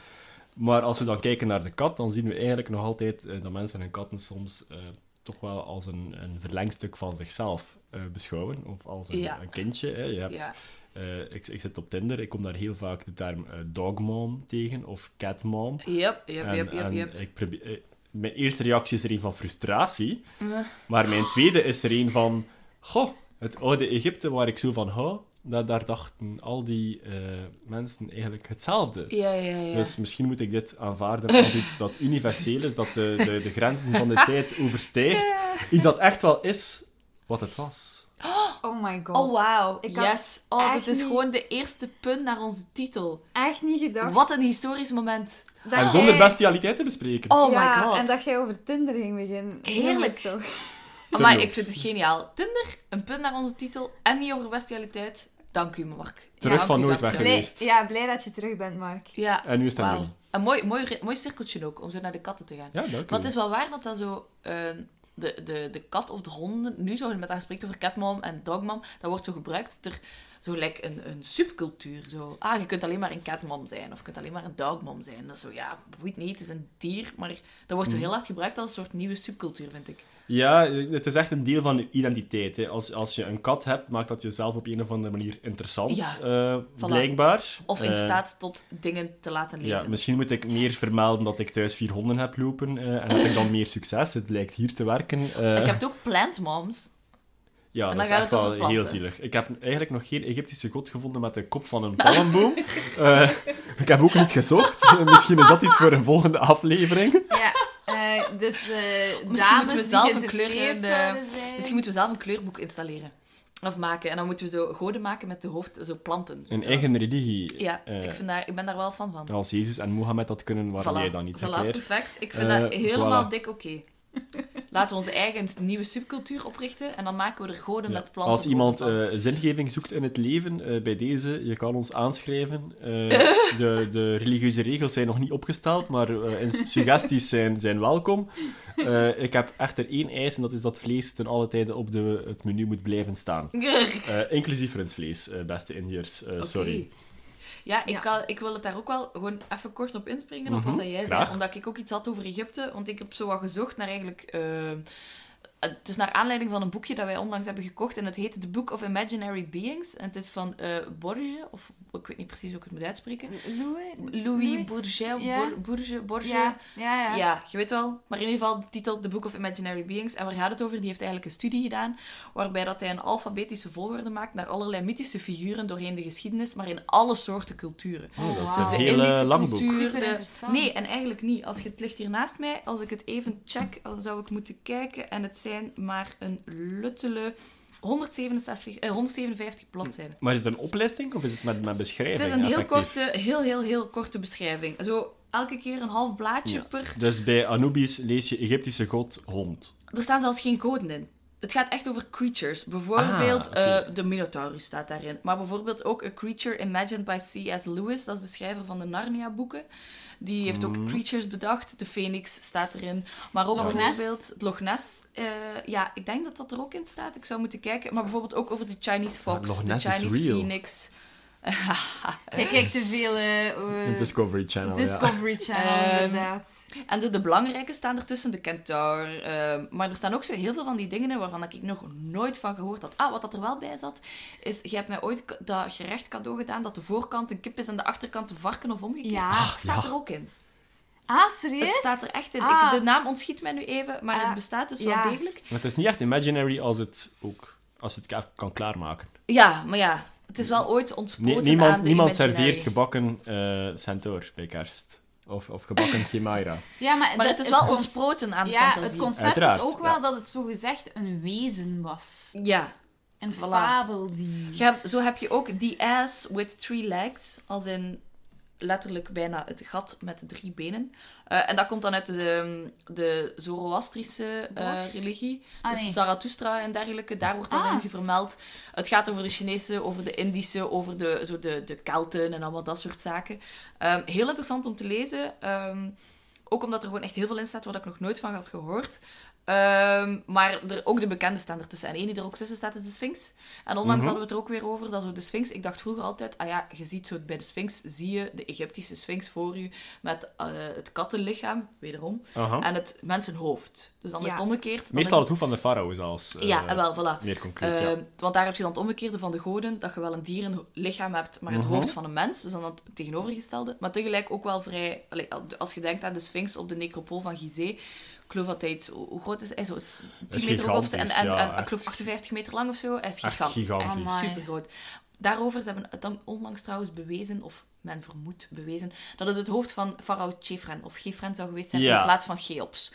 S2: Maar als we dan kijken naar de kat, dan zien we eigenlijk nog altijd eh, dat mensen hun katten soms eh, toch wel als een, een verlengstuk van zichzelf eh, beschouwen. Of als een,
S3: Ja.
S2: een kindje. Hè. Je hebt,
S3: Ja.
S2: eh, ik, ik zit op Tinder, ik kom daar heel vaak de term eh, dogmom tegen of catmom.
S3: Yep, yep,
S2: En-
S3: yep, yep,
S2: en
S3: yep.
S2: ik probeer- eh, mijn eerste reactie is er een van frustratie.
S3: Eh.
S2: Maar mijn tweede is er een van... Goh, het oude Egypte waar ik zo van hou, dat, daar dachten al die eh, mensen eigenlijk hetzelfde.
S3: Ja, ja, ja.
S2: Dus misschien moet ik dit aanvaarden als iets dat
S3: (laughs)
S2: universeel is, dat de, de, de grenzen van de tijd overstijgt. Iets dat echt wel is wat het was.
S1: Oh my god.
S3: Oh, wauw.
S1: Ik had
S3: Yes. Oh,
S1: echt
S3: dit is
S1: niet-
S3: gewoon de eerste punt naar onze titel.
S1: Echt niet gedacht.
S3: Wat een historisch moment.
S1: dat
S2: En zonder
S1: jij-
S2: bestialiteit te bespreken.
S3: Oh
S1: Ja,
S3: my god.
S1: En dat jij over Tinder ging beginnen.
S3: Heerlijk.
S1: Jongens, toch.
S3: Oh, Maar
S2: Tunnels.
S3: ik vind het geniaal. Tinder, een punt naar onze titel en niet over bestialiteit. Dank u, Mark.
S2: Terug
S3: Dank
S2: van
S3: u,
S2: nooit
S3: dank
S1: Blij,
S2: weg.
S3: u, dank u.
S2: Geweest.
S1: ja, blij dat je terug bent, Mark.
S3: Ja.
S2: En nu staan we
S3: Wauw.
S2: niet.
S3: Een mooi, mooi, ri- mooi cirkeltje ook, om zo naar de katten te gaan.
S2: Ja, dank u.
S3: Want het is wel waar dat dat zo... eh, de, de, de kat of de honden... Nu zo met haar spreekt over catmom en dogmom. Dat wordt zo gebruikt ter... Zo gelijk een, een subcultuur. Zo. Ah, je kunt alleen maar een catmom zijn. Of je kunt alleen maar een dogmom zijn. Dat is zo, ja, boeit niet. Het is een dier. Maar dat wordt zo
S2: Mhm.
S3: heel hard gebruikt als een soort nieuwe subcultuur, vind ik.
S2: Ja, het is echt een deel van je identiteit. Hè. Als, als je een kat hebt, maakt dat jezelf op een of andere manier interessant,
S3: Ja.
S2: eh,
S3: Voilà.
S2: blijkbaar.
S3: Of in
S2: Eh,
S3: staat tot dingen te laten leven.
S2: Ja, misschien moet ik meer vermelden dat ik thuis vier honden heb lopen eh, en heb ik dan meer succes. Het lijkt hier te werken. eh.
S3: Je hebt ook plantmoms.
S2: Ja,
S3: En
S2: dat is
S3: dan
S2: echt
S3: gaat het
S2: wel
S3: over planten.
S2: heel zielig. Ik heb eigenlijk nog geen Egyptische god gevonden met de kop van
S3: (laughs)
S2: een palmboom. Eh, ik heb ook niet gezocht. Eh, Misschien is dat iets voor een volgende aflevering.
S1: Ja, eh, dus eh,
S3: (laughs) Misschien
S1: dames
S3: moeten we
S1: die
S3: zelf een
S1: geïnteresseerd
S3: kleur in de-
S1: zouden zijn.
S3: Misschien moeten we zelf een kleurboek installeren. Of maken. En dan moeten we zo goden maken met de hoofd, zo planten.
S2: Een eigen religie.
S3: Ja,
S2: Eh,
S3: ik, vind daar, ik ben daar wel fan van.
S2: Als Jezus en Mohammed dat kunnen, waarom
S3: Voilà.
S2: jij dan niet?
S3: Voilà,
S2: Hè, Claire?
S3: perfect. Ik vind
S2: Eh,
S3: dat helemaal
S2: voilà.
S3: dik oké. (laughs) Laten we onze eigen nieuwe subcultuur oprichten en dan maken we er goden
S2: Ja.
S3: met planten.
S2: Als iemand
S3: voor.
S2: eh, zingeving zoekt in het leven, eh, bij deze, je kan ons aanschrijven. Eh,
S3: (laughs)
S2: de, de religieuze regels zijn nog niet opgesteld, maar eh, en suggesties zijn, zijn welkom. Eh, ik heb echter één eis, en dat is dat vlees ten alle tijden op de, het menu moet blijven staan.
S3: Grrr.
S2: Eh, inclusief Rensvlees, eh, beste Indiërs. eh, Sorry.
S3: Oké. Ja, ik,
S1: Ja.
S3: Kan, ik wil het daar ook wel gewoon even kort op inspringen, op
S2: Mhm,
S3: wat dat jij zei.
S2: graag.
S3: Omdat ik ook iets had over Egypte, want ik heb zo wat gezocht naar eigenlijk... eh, het is naar aanleiding van een boekje dat wij onlangs hebben gekocht en het heet The Book of Imaginary Beings. En het is van eh Borges, of ik weet niet precies hoe ik het moet uitspreken.
S1: Louis,
S3: Louis Bourget, of
S1: ja.
S3: Bor- Bourget, Borges.
S1: Ja, ja, ja.
S3: Ja. je weet wel. Maar in ieder geval, de titel The Book of Imaginary Beings. En waar gaat het over? Die heeft eigenlijk een studie gedaan waarbij dat hij een alfabetische volgorde maakt naar allerlei mythische figuren doorheen de geschiedenis, maar in alle soorten culturen.
S2: Oh, dat is
S1: Wauw.
S2: een
S1: Dus de
S2: heel eh, lang boek.
S3: cultuur,
S1: Super
S3: de-
S1: interessant.
S3: Nee, en eigenlijk niet. Als je het ligt hier naast mij, als ik het even check, dan zou ik moeten kijken. En het zijn maar een luttele 167, eh, 157 bladzijden.
S2: Maar is het een oplisting of is het met, met beschrijving?
S3: Het is een heel
S2: effectief?
S3: korte, heel, heel, heel korte beschrijving. Zo elke keer een half blaadje
S2: Ja.
S3: per
S2: Dus bij Anubis lees je Egyptische god hond.
S3: Er staan zelfs geen goden in. Het gaat echt over creatures. Bijvoorbeeld,
S2: Ah, oké.
S3: eh, de Minotaurus staat daarin. Maar bijvoorbeeld ook A Creature Imagined by C.S. Lewis. Dat is de schrijver van de Narnia-boeken. Die heeft
S2: Mhm.
S3: ook creatures bedacht. De Phoenix staat erin. Maar ook
S1: Loch Ness.
S3: bijvoorbeeld het Loch Ness. eh, ja, ik denk dat dat er ook in staat. Ik zou moeten kijken. Maar bijvoorbeeld ook over de Chinese Fox,
S2: Loch
S3: de
S2: Ness is
S3: Chinese
S2: real.
S3: Phoenix.
S1: Jij kijkt te veel eh, eh,
S2: (laughs) Het Discovery Channel, ja.
S1: Discovery Channel,
S3: Ehm,
S1: inderdaad.
S3: En zo de belangrijke staan ertussen, de kentaur. eh, maar er staan ook zo heel veel van die dingen in waarvan ik nog nooit van gehoord had. Ah, wat dat er wel bij zat, is... Je hebt mij ooit k- dat gerecht cadeau gedaan dat de voorkant een kip is en de achterkant een varken of omgekeerd.
S1: Ja.
S3: Ah, staat
S2: ja.
S3: er ook in.
S1: Ah, serieus?
S3: Het staat er echt in.
S1: Ah.
S3: Ik, de naam ontschiet mij nu even, maar
S1: Ah,
S3: het bestaat dus
S1: ja.
S3: wel degelijk.
S2: Maar het is niet echt imaginary als het ook als het ka- kan klaarmaken.
S3: Ja, maar ja. Het is wel ooit
S2: Nee,
S3: ontspoten aan
S2: niemand
S3: de
S2: niemand
S3: Imaginary.
S2: serveert gebakken eh centaur bij kerst. Of, of gebakken (laughs) chimaira.
S1: Ja, maar,
S3: Maar
S1: dat-
S3: het is wel
S1: cons-
S3: ontsproten aan de
S1: Ja,
S3: fantasie.
S1: het concept
S2: Uiteraard,
S1: is ook
S2: ja.
S1: wel dat het zogezegd een wezen was.
S3: Ja.
S1: Een
S3: Voilà.
S1: fabeldier.
S3: Je hebt- zo heb je ook The Ass with Three Legs, als in letterlijk bijna het gat met drie benen. Eh, en dat komt dan uit de, de Zoroastrische eh,
S1: Bosch?
S3: religie.
S1: Ah,
S3: dus
S1: nee.
S3: Zarathustra en dergelijke, daar wordt dan
S1: Ah.
S3: in vermeld. Het gaat over de Chinese, over de Indische, over de, zo de, de Kelten en allemaal dat soort zaken. Ehm, heel interessant om te lezen. Ehm, ook omdat er gewoon echt heel veel in staat waar ik nog nooit van had gehoord. Ehm, maar er, ook de bekende staan ertussen. En één die er ook tussen staat is de Sphinx. En onlangs
S2: Mhm.
S3: hadden we het er ook weer over, dat zo de Sphinx... Ik dacht vroeger altijd, ah ja, je ziet zo bij de Sphinx, zie je de Egyptische Sphinx voor je met eh, het kattenlichaam, wederom,
S2: Aha.
S3: en het mensenhoofd. Dus dan is
S1: Ja.
S3: het omgekeerd. Dan
S2: Eh, Meestal
S3: Eh, is
S2: het hoef van de farao zelfs. eh,
S3: Ja, en wel, voilà.
S2: Meer concreet, ja.
S3: Eh, Want daar heb je dan het omgekeerde van de goden, dat je wel een dierenlichaam hebt, maar het
S2: Mhm.
S3: hoofd van een mens, dus dan het tegenovergestelde. Maar tegelijk ook wel vrij... allee, als je denkt aan de Sphinx op de necropool van Gizeh, ik geloof dat hij... het- hoe groot is hij? Zo 10
S2: is
S3: meter hoog of zo, en, en,
S2: gigantisch, ja,
S3: en
S2: echt.
S3: ik geloof 58 meter lang of zo. Hij is
S2: Echt
S3: gigant.
S2: gigantisch.
S1: Amai.
S3: Super groot. Daarover, ze hebben het dan onlangs trouwens bewezen, of men vermoedt bewezen, dat het het hoofd van farao Chefren of Chefren zou geweest zijn
S2: Ja.
S3: in plaats van Cheops.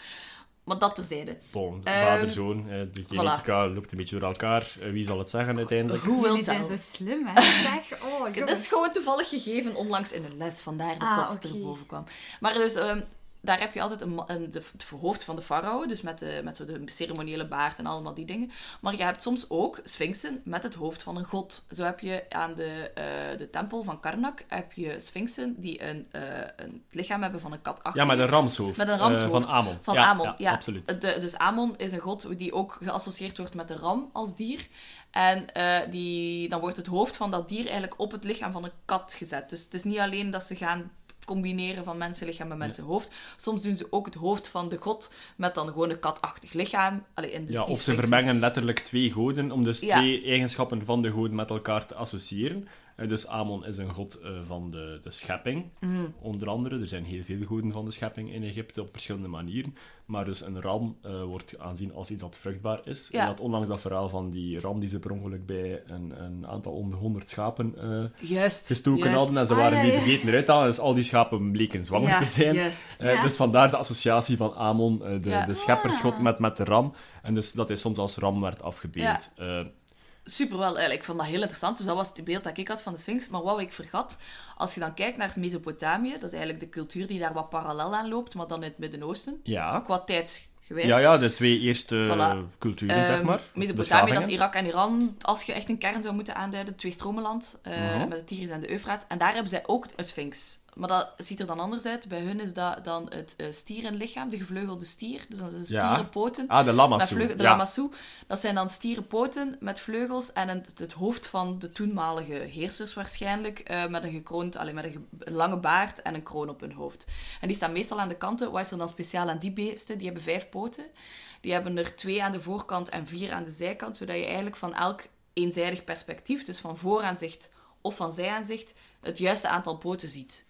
S3: Maar dat terzijde.
S2: Bon,
S3: Ehm,
S2: vader, zoon, eh, de genetica loopt een beetje door elkaar. Eh, wie zal het zeggen uiteindelijk?
S3: Hoe wil
S1: Jullie
S3: dat?
S1: zijn zo slim,
S3: (laughs)
S1: hè? Zeg, oh,
S3: Het
S1: jongens.
S3: is gewoon toevallig gegeven onlangs in een les, vandaar dat
S1: Ah,
S3: dat
S1: oké.
S3: erboven kwam. Maar dus, ehm, daar heb je altijd een, ma- een, de, het hoofd van de farao, dus met, de, met zo de ceremoniële baard en allemaal die dingen. Maar je hebt soms ook sphinxen met het hoofd van een god. Zo heb je aan de, eh, de tempel van Karnak heb je sphinxen die een, eh, een het lichaam hebben van een kat achter
S2: Ja, met een
S3: je.
S2: ramshoofd.
S3: Met een
S2: eh,
S3: ramshoofd.
S2: van Amon.
S3: Van
S2: ja,
S3: Amon,
S2: Ja,
S3: ja.
S2: absoluut.
S3: De- dus Amon is een god die ook geassocieerd wordt met de ram als dier. En eh, die, dan wordt het hoofd van dat dier eigenlijk op het lichaam van een kat gezet. Dus het is niet alleen dat ze gaan combineren van mensenlichaam met mensenhoofd. Soms doen ze ook het hoofd van de god met dan gewoon een katachtig lichaam. Allee, in de-
S2: ja,
S3: die
S2: of ze
S3: sphinx.
S2: vermengen letterlijk twee goden om dus
S3: Ja.
S2: twee eigenschappen van de goden met elkaar te associëren. Eh, dus Amon is een god eh, van de, de schepping,
S3: Mhm.
S2: onder andere. Er zijn heel veel goden van de schepping in Egypte op verschillende manieren. Maar dus een ram eh, wordt aanzien als iets dat vruchtbaar is.
S3: Ja.
S2: En dat onlangs dat verhaal van die ram die ze per ongeluk bij een, een aantal om de honderd schapen eh,
S3: Juist.
S2: gestoken
S3: juist.
S2: hadden en ze
S1: Ah,
S2: waren
S1: ja,
S2: die
S1: ja.
S2: vergeten eruit te halen. Dus al die schapen bleken zwanger
S3: Ja,
S2: te zijn.
S3: juist.
S2: Eh,
S1: Ja.
S2: Dus vandaar de associatie van Amon, eh, de,
S3: Ja.
S2: de schepperschot
S1: Ah.
S2: met, met de ram. En dus dat hij soms als ram werd afgebeeld. Eh,
S3: Super wel, eigenlijk. Ik vond dat heel interessant. Dus dat was het beeld dat ik had van de Sphinx. Maar wat ik vergat, als je dan kijkt naar Mesopotamië, dat is eigenlijk de cultuur die daar wat parallel aan loopt, maar dan in het Midden-Oosten.
S2: ja.
S3: Qua tijdsgewijs.
S2: ja, ja, de twee eerste
S3: Voilà.
S2: culturen, zeg
S3: Ehm,
S2: maar.
S3: Mesopotamië, dat is
S2: Beschavingen.
S3: Irak en Iran. Als je echt een kern zou moeten aanduiden, twee stromenland, eh,
S2: Mhm.
S3: met de Tigris en de Eufraat. En daar hebben zij ook een sphinx. Maar dat ziet er dan anders uit. Bij hun is dat dan het eh, stierenlichaam, de gevleugelde stier. Dus dat is
S2: Ja.
S3: stierenpoten.
S2: Ah, de
S3: Met
S2: Lamassu.
S3: vleugel, de
S2: ja.
S3: Lamassu. Dat zijn dan stierenpoten met vleugels en een- het, het hoofd van de toenmalige heersers waarschijnlijk. eh, met een gekroond, alleen met een, ge- een lange baard en een kroon op hun hoofd. En die staan meestal aan de kanten. Wat is er dan speciaal aan die beesten? Die hebben vijf poten. Die hebben er twee aan de voorkant en vier aan de zijkant. Zodat je eigenlijk van elk eenzijdig perspectief, dus van vooraanzicht of van zijaanzicht, het juiste aantal poten ziet.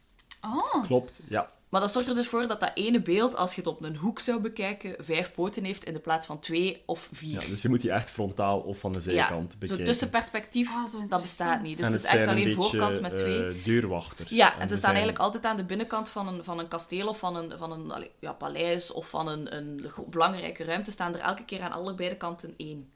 S1: Oh,
S2: Klopt, ja.
S3: Maar dat zorgt er dus voor dat dat ene beeld, als je het op een hoek zou bekijken, vijf poten heeft in de plaats van twee of
S2: ja.
S3: vier.
S2: Dus je moet die echt frontaal of van de zijkant
S3: Zo'n
S2: bekijken.
S3: tussenperspectief,
S1: Ah, zo
S3: dat bestaat
S1: interessant.
S3: niet. Dus
S2: En
S3: het is
S2: zijn
S3: echt
S2: een
S3: alleen
S2: beetje,
S3: voorkant met twee.
S2: eh, deurwachters.
S3: ja, en, ze
S2: er
S3: staan
S2: zijn-
S3: eigenlijk altijd aan de binnenkant van een, van een kasteel of van een, van een allee, ja, paleis of van een, een gro- belangrijke ruimte. Staan er elke keer aan allebei kanten één.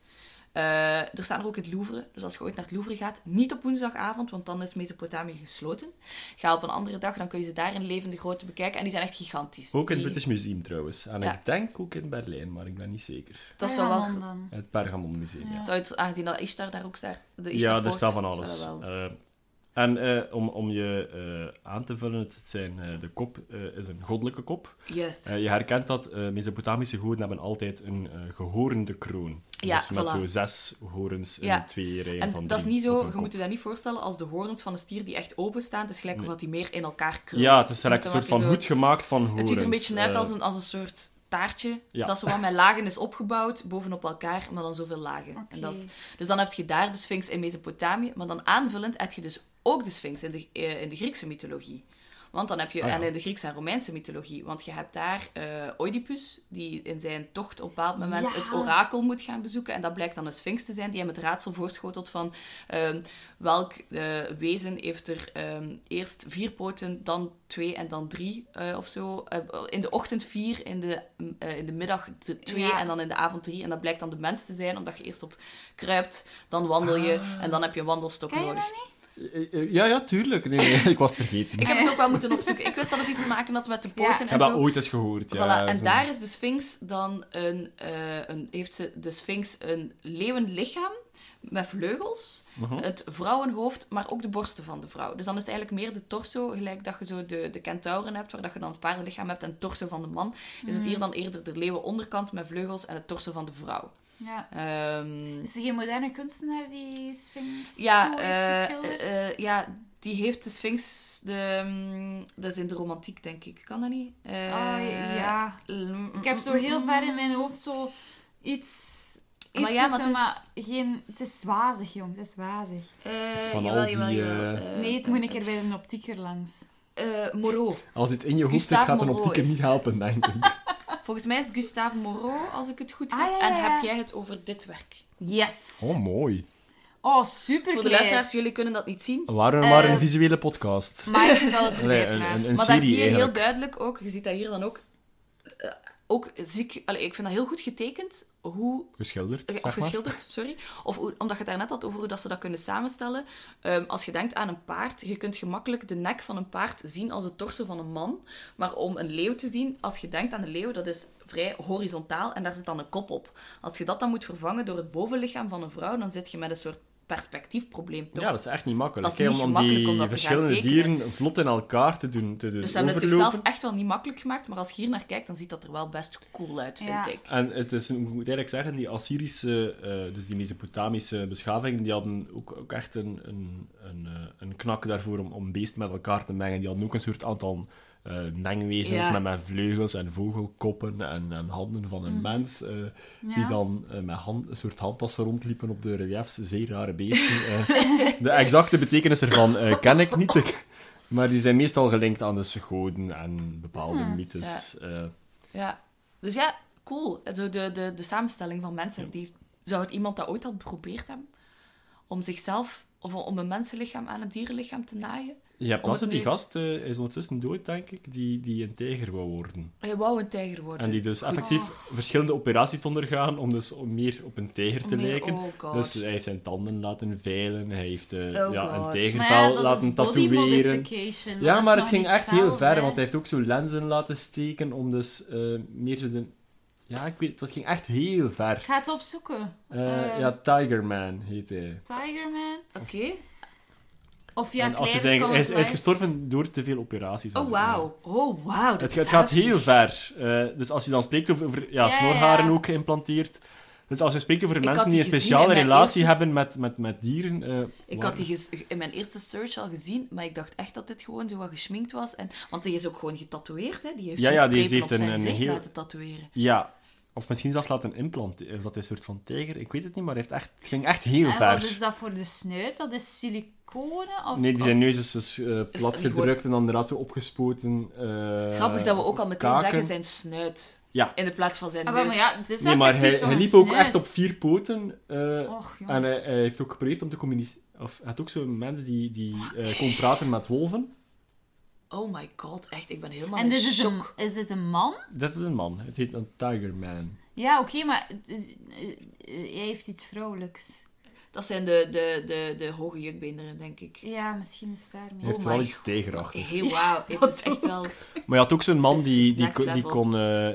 S3: Eh, er staan er ook in het Louvre. Dus als je ooit naar het Louvre gaat, niet op woensdagavond, want dan is Mesopotamië gesloten. Ga op een andere dag, dan kun je ze daar in levende grootte bekijken. En die zijn echt gigantisch.
S2: Ook in het
S3: Die-
S2: British Museum trouwens. En
S3: Ja.
S2: ik denk ook in Berlijn, maar ik ben niet zeker.
S3: Dat zou wel
S1: Pergamon dan.
S2: Het Pergamon Museum, ja.
S3: Zou het, aangezien dat Ishtar daar ook staat, de
S2: Ja,
S3: Ishtarpoort,
S2: er staat van
S3: zou dat
S2: alles.
S3: wel-
S2: Eh, En eh, om, om je eh, aan te vullen, het zijn, eh, de kop eh, is een goddelijke kop.
S3: Juist.
S2: Eh, je herkent dat eh, Mesopotamische goden hebben altijd een eh, gehorende kroon.
S3: Ja,
S2: dus met
S3: voilà.
S2: zo zes horens in
S3: Ja.
S2: twee rijen van
S3: en dat is
S2: drie
S3: niet
S2: op
S3: zo,
S2: een
S3: je
S2: kop.
S3: moet je dat niet voorstellen als de horens van een stier die echt openstaan. Het is gelijk of dat die meer in elkaar krullen.
S2: Ja, het is
S3: Dan
S2: eigenlijk een soort
S3: heb je
S2: van
S3: zo-
S2: goed gemaakt van horens.
S3: Het ziet er een beetje uit
S2: Eh,
S3: als een, als een soort taartje,
S2: ja.
S3: dat zo wat met lagen is opgebouwd, bovenop elkaar, maar dan zoveel lagen. En dat is, dus dan heb je daar de Sphinx in Mesopotamië, maar dan aanvullend heb je dus ook de Sphinx in de, eh, in de Griekse mythologie. Want dan heb je,
S2: Ah, ja.
S3: en in de Griekse en Romeinse mythologie, want je hebt daar eh, Oedipus, die in zijn tocht op een bepaald moment
S1: Ja.
S3: het orakel moet gaan bezoeken. En dat blijkt dan een Sphinx te zijn, die hem het raadsel voorschotelt van ehm, welk eh, wezen heeft er ehm, eerst vier poten, dan twee en dan drie eh, of zo. Eh, in de ochtend vier, in de, mm, eh, in de middag de twee
S1: Ja.
S3: en dan in de avond drie. En dat blijkt dan de mens te zijn, omdat je eerst op kruipt, dan wandel je en dan heb je een wandelstok
S1: Ah. Ken je
S3: nodig.
S1: dat niet?
S2: eh, eh, Ja, ja, tuurlijk. Nee, (laughs) nee, ik was het vergeten.
S3: Ik heb
S1: (laughs)
S3: het ook wel moeten opzoeken. Ik wist dat het iets te maken had met de poten
S2: Ik
S3: en
S2: heb
S3: zo.
S2: dat ooit eens gehoord. Ja,
S3: Voilà, en
S2: zo.
S3: daar is de Sphinx dan een, eh, een... Heeft ze de Sphinx een leeuwenlichaam met vleugels,
S2: Mhm.
S3: het vrouwenhoofd, maar ook de borsten van de vrouw. Dus dan is het eigenlijk meer de torso, gelijk dat je zo de, de kentauren hebt, waar dat je dan het paardenlichaam hebt en het torso van de man. Is het
S1: Hmm.
S3: hier dan eerder de leeuwenonderkant met vleugels en het torso van de vrouw.
S1: Ja.
S3: Ehm,
S1: Is er geen moderne kunstenaar die Sphinx
S3: ja,
S1: zo heeft
S3: eh,
S1: geschilderd?
S3: eh, eh, ja, die heeft de Sphinx... De, mm, dat is in de romantiek, denk ik. Kan dat niet? Eh,
S1: Ah, ja.
S3: mm,
S1: Ik heb zo heel ver in mijn hoofd zo iets... iets
S3: Maar ja, maar
S1: zitten,
S3: het is-
S1: maar geen, het is wazig, jong. Het is wazig.
S3: Eh,
S2: is van
S3: jawel,
S2: al die,
S3: jawel, jawel.
S2: eh,
S3: Eh,
S1: Nee, het moet een keer bij een optieker langs.
S3: eh, Moreau.
S2: Als dit in je hoofd zit,
S3: Gustave
S2: gaat een
S3: Moreau
S2: optiek het
S3: is
S2: niet
S3: het.
S2: helpen, denk ik.
S3: (laughs) Volgens mij is het Gustave Moreau, als ik het goed heb.
S1: Ah, ja, ja,
S3: En
S1: ja.
S3: heb jij het over dit werk?
S1: Yes!
S2: Oh, mooi.
S1: Oh, super
S3: Voor de luisteraars, jullie kunnen dat niet zien.
S2: Waarom maar een visuele podcast?
S1: Maar ik zal het
S2: Nee,
S1: erbij
S2: een-
S1: plaatsen.
S2: een-
S3: maar daar
S2: serie
S3: zie je
S2: eigenlijk.
S3: heel duidelijk ook, je ziet dat hier dan ook, eh, ook ziek, allee, ik vind dat heel goed getekend, hoe
S2: Geschilderd,
S3: Eh,
S2: zeg
S3: Of
S2: maar.
S3: geschilderd, sorry. Of hoe- omdat je het daarnet had over hoe dat ze dat kunnen samenstellen. Ehm, als je denkt aan een paard, je kunt gemakkelijk de nek van een paard zien als de torso van een man. Maar om een leeuw te zien, als je denkt aan een leeuw, dat is vrij horizontaal en daar zit dan een kop op. Als je dat dan moet vervangen door het bovenlichaam van een vrouw, dan zit je met een soort perspectiefprobleem toch?
S2: Ja, dat is echt niet makkelijk.
S3: Dat is
S2: hè,
S3: niet
S2: om, om
S3: gemakkelijk
S2: die
S3: om dat te gaan
S2: verschillende
S3: tekenen.
S2: dieren vlot in elkaar te doen, te doen
S3: dus ze hebben het
S2: overlopen.
S3: zichzelf echt wel niet makkelijk gemaakt, maar als je hier naar kijkt, dan ziet dat er wel best cool uit, vind
S1: Ja.
S3: ik.
S2: En het is, ik moet eigenlijk zeggen, die Assyrische, eh, dus die Mesopotamische beschavingen, die hadden ook, ook echt een, een, een, eh, een knak daarvoor om, om beesten met elkaar te mengen. Die hadden ook een soort aantal eh, mengwezens
S3: Ja.
S2: met, met vleugels en vogelkoppen en, en handen van een
S3: Mm.
S2: mens, eh, die
S1: Ja.
S2: dan eh, met hand, een soort handtassen rondliepen op de reliefs. Zeer rare beesten.
S1: (laughs)
S2: eh. de exacte betekenis ervan eh, ken ik niet. (laughs) Ik- maar die zijn meestal gelinkt aan de goden en bepaalde
S1: Hmm,
S2: mythes. eh.
S3: Ja. Dus ja, cool. En Zo de, de, de samenstelling van mensen. Die, zou het iemand dat ooit al geprobeerd hebben? Om zichzelf, of om een mensenlichaam aan een dierenlichaam te naaien?
S2: Je hebt
S3: Om
S2: pas
S3: het
S2: die
S3: nu-
S2: gast, eh, is ondertussen dood, denk ik, die, die een tijger wou worden.
S3: Hij wou een tijger worden.
S2: En die dus
S1: Oh.
S2: effectief verschillende operaties ondergaan om dus om meer op een tijger te
S3: Om meer-
S2: lijken.
S3: oh god.
S2: dus hij heeft zijn tanden laten veilen, hij heeft eh,
S3: Oh
S2: ja, een
S3: god.
S1: Maar ja,
S2: tijgervel
S1: dat
S2: laten
S1: is body
S2: tatoeëren.
S1: modification. Dat
S2: Ja,
S1: is
S2: maar het
S1: nog
S2: ging
S1: niet
S2: echt heel
S1: hetzelfde,
S2: ver,
S1: hè.
S2: want hij heeft ook zo lenzen laten steken om dus eh, meer zo de... Ja, ik weet het, het ging echt heel ver.
S1: Ik ga het opzoeken.
S2: Eh,
S1: Eh.
S2: ja, Tiger Man heet hij.
S1: Tigerman.
S3: Oké.
S1: Of ja,
S2: en als
S1: Kleine
S2: hij, zijn,
S1: Call
S2: hij, is, hij is
S1: Life.
S2: gestorven door te veel operaties. als
S3: Oh,
S2: ik me
S3: wauw. Oh, wauw. dat
S2: Het,
S3: is
S2: het gaat
S3: heftig.
S2: heel ver. Eh, dus als je dan spreekt over, over ja,
S1: Ja,
S2: snorharen
S1: ja.
S2: ook geïmplanteerd. Dus als je spreekt over
S3: had
S2: mensen
S3: die
S2: die een
S3: gezien
S2: speciale
S3: in mijn
S2: relatie
S3: eerste-
S2: hebben met, met, met dieren. eh,
S3: Ik
S2: waar-
S3: had die ges- in mijn eerste search al gezien, maar ik dacht echt dat dit gewoon zo wat geschminkt was. En, want die is ook gewoon getatoeëerd, hè? Die heeft
S2: Ja,
S3: die
S2: ja, die
S3: strepen
S2: heeft
S3: op
S2: een-
S3: zijn
S2: een
S3: gezicht
S2: heel-
S3: laten tatoeëren.
S2: Ja, of misschien zelfs laten implanteren. Of dat is een soort van tijger, ik weet het niet, maar hij heeft echt, het ging echt heel
S1: En
S2: ver.
S1: wat is dat voor de snuit? Dat is siliconen? Of,
S2: Nee, die zijn neus is dus eh, plat
S3: gewoon-
S2: gedrukt en dan inderdaad zo opgespoten. eh,
S3: Grappig dat we ook al meteen
S2: kaken.
S3: zeggen zijn snuit.
S2: Ja.
S3: In de plaats van zijn
S1: Ah,
S3: neus.
S1: wel, maar ja, het is
S2: Nee, maar hij,
S1: effectief toch
S2: hij
S1: een
S2: liep ook
S1: snuit.
S2: echt op vier poten.
S3: Oh,
S2: eh,
S1: Och, jongens.
S2: En hij, hij heeft ook geprobeerd om te communiceren. Of hij had ook zo'n mens die, die
S3: Ah,
S2: eh, kon praten met wolven.
S3: Oh my god, echt, ik ben helemaal
S1: En
S3: in
S1: dit is
S3: shock.
S1: een, is dit een man?
S2: Dat is een man. Het heet een Tiger Man.
S1: Ja, oké, maar eh, eh, eh, hij heeft iets vrouwelijks.
S3: Dat zijn de, de, de, de hoge jukbeenderen, denk ik.
S1: Ja, misschien is het daarmee.
S2: Hij heeft
S3: Oh
S2: wel
S3: my
S2: iets tegenachtig.
S3: Heel wauw, het is echt wel...
S2: Maar je had ook zo'n man die,
S3: Het is
S2: die,
S3: next
S2: ko- die
S3: level.
S2: kon... eh,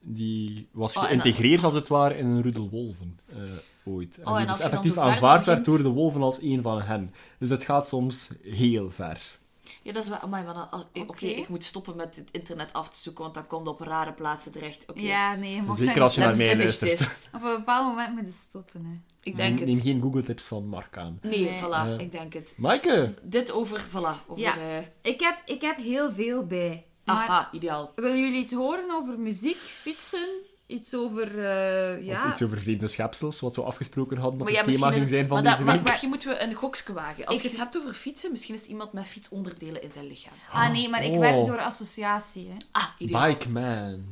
S2: die was
S3: Oh, en
S2: geïntegreerd, als het ware, in een roedel wolven. Eh, ooit. En
S3: Oh, en
S2: die
S3: als
S2: is
S3: je dan
S2: effectief
S3: zo ver
S2: aanvaard werd
S3: begint-
S2: door de wolven als een van hen. Dus dat gaat soms heel ver.
S3: Ja, dat is wel... Amai, maar dan- al- eh, Oké,
S1: Oké.
S3: ik moet stoppen met het internet af te zoeken, want dat komt op rare plaatsen terecht. Oké,
S1: Ja, nee, je mag
S2: Zeker
S1: daar-
S2: als je naar
S3: let's
S2: mij
S3: finish
S2: luistert.
S3: this.
S1: Op een bepaald moment moeten stoppen. Hè.
S3: Ik denk
S2: Neem
S3: het.
S2: geen Google-tips van Mark aan.
S3: Nee,
S1: Nee.
S3: voilà,
S2: Eh.
S3: ik denk het.
S2: Maaike,
S3: Dit over, voilà, over...
S1: Ja.
S3: eh,
S1: Ik, heb, ik heb heel veel bij. Maar
S3: aha, ideaal.
S1: willen jullie iets horen over muziek, fietsen? Iets over... eh, ja.
S2: of iets over vreemde schepsels, wat we afgesproken hadden dat
S3: Maar ja,
S2: het thema
S3: misschien
S2: ging
S3: is-
S2: zijn van
S3: maar
S2: deze
S3: dat-
S2: week.
S3: maar misschien moeten we een gokske wagen. Als
S1: Ik-
S3: je het hebt over fietsen, misschien is het iemand met fietsonderdelen in zijn lichaam.
S1: Ah nee, maar ik
S2: Oh.
S1: werk door associatie. Hè.
S3: Ah, ideaal.
S2: Bike Man.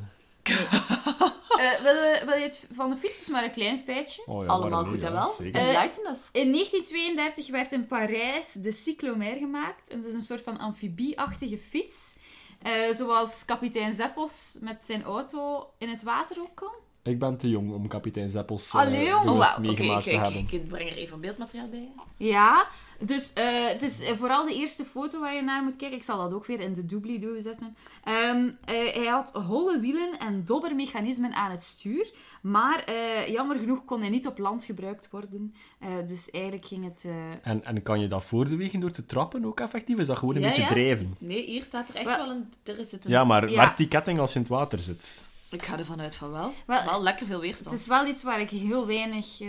S1: Eh, wil, je, wil je het van de fiets? is maar een klein feitje.
S2: Oh, ja,
S3: Allemaal
S2: waarom
S3: goed
S2: niet,
S3: en
S2: ja,
S3: wel.
S2: zeker.
S1: Eh,
S3: Enlighten us.
S1: In 1932 werd in Parijs de Cyclomer gemaakt. En dat is een soort van amfibie-achtige fiets. Eh, zoals kapitein Zeppels met zijn auto in het water ook kon.
S2: Ik ben te jong om kapitein Zeppels eh,
S1: Allee, jong.
S2: bewust
S3: Oh, wauw. Oké,
S2: meegemaakt
S3: ik,
S2: te
S3: ik,
S2: hebben.
S3: ik, ik breng er even beeldmateriaal bij.
S1: Ja, dus eh, het is eh, vooral de eerste foto waar je naar moet kijken. Ik zal dat ook weer in de doobly-doo zetten. Ehm, eh, hij had holle wielen en dobbermechanismen aan het stuur. Maar eh, jammer genoeg kon hij niet op land gebruikt worden. Eh, dus eigenlijk ging het... eh,
S2: En, en kan je dat voorbewegen door te trappen ook effectief? Is dat gewoon een
S3: Ja,
S2: beetje
S3: ja.
S2: drijven?
S3: Nee, hier staat er echt
S1: Wel-
S3: wel een... Er is het een...
S2: Ja, maar
S1: Ja.
S2: werkt die ketting als je in het water zit?
S3: Ik ga ervan uit van wel.
S1: Wel,
S3: Wel, lekker veel
S1: het
S3: weerstand.
S1: is wel iets waar ik heel weinig... eh,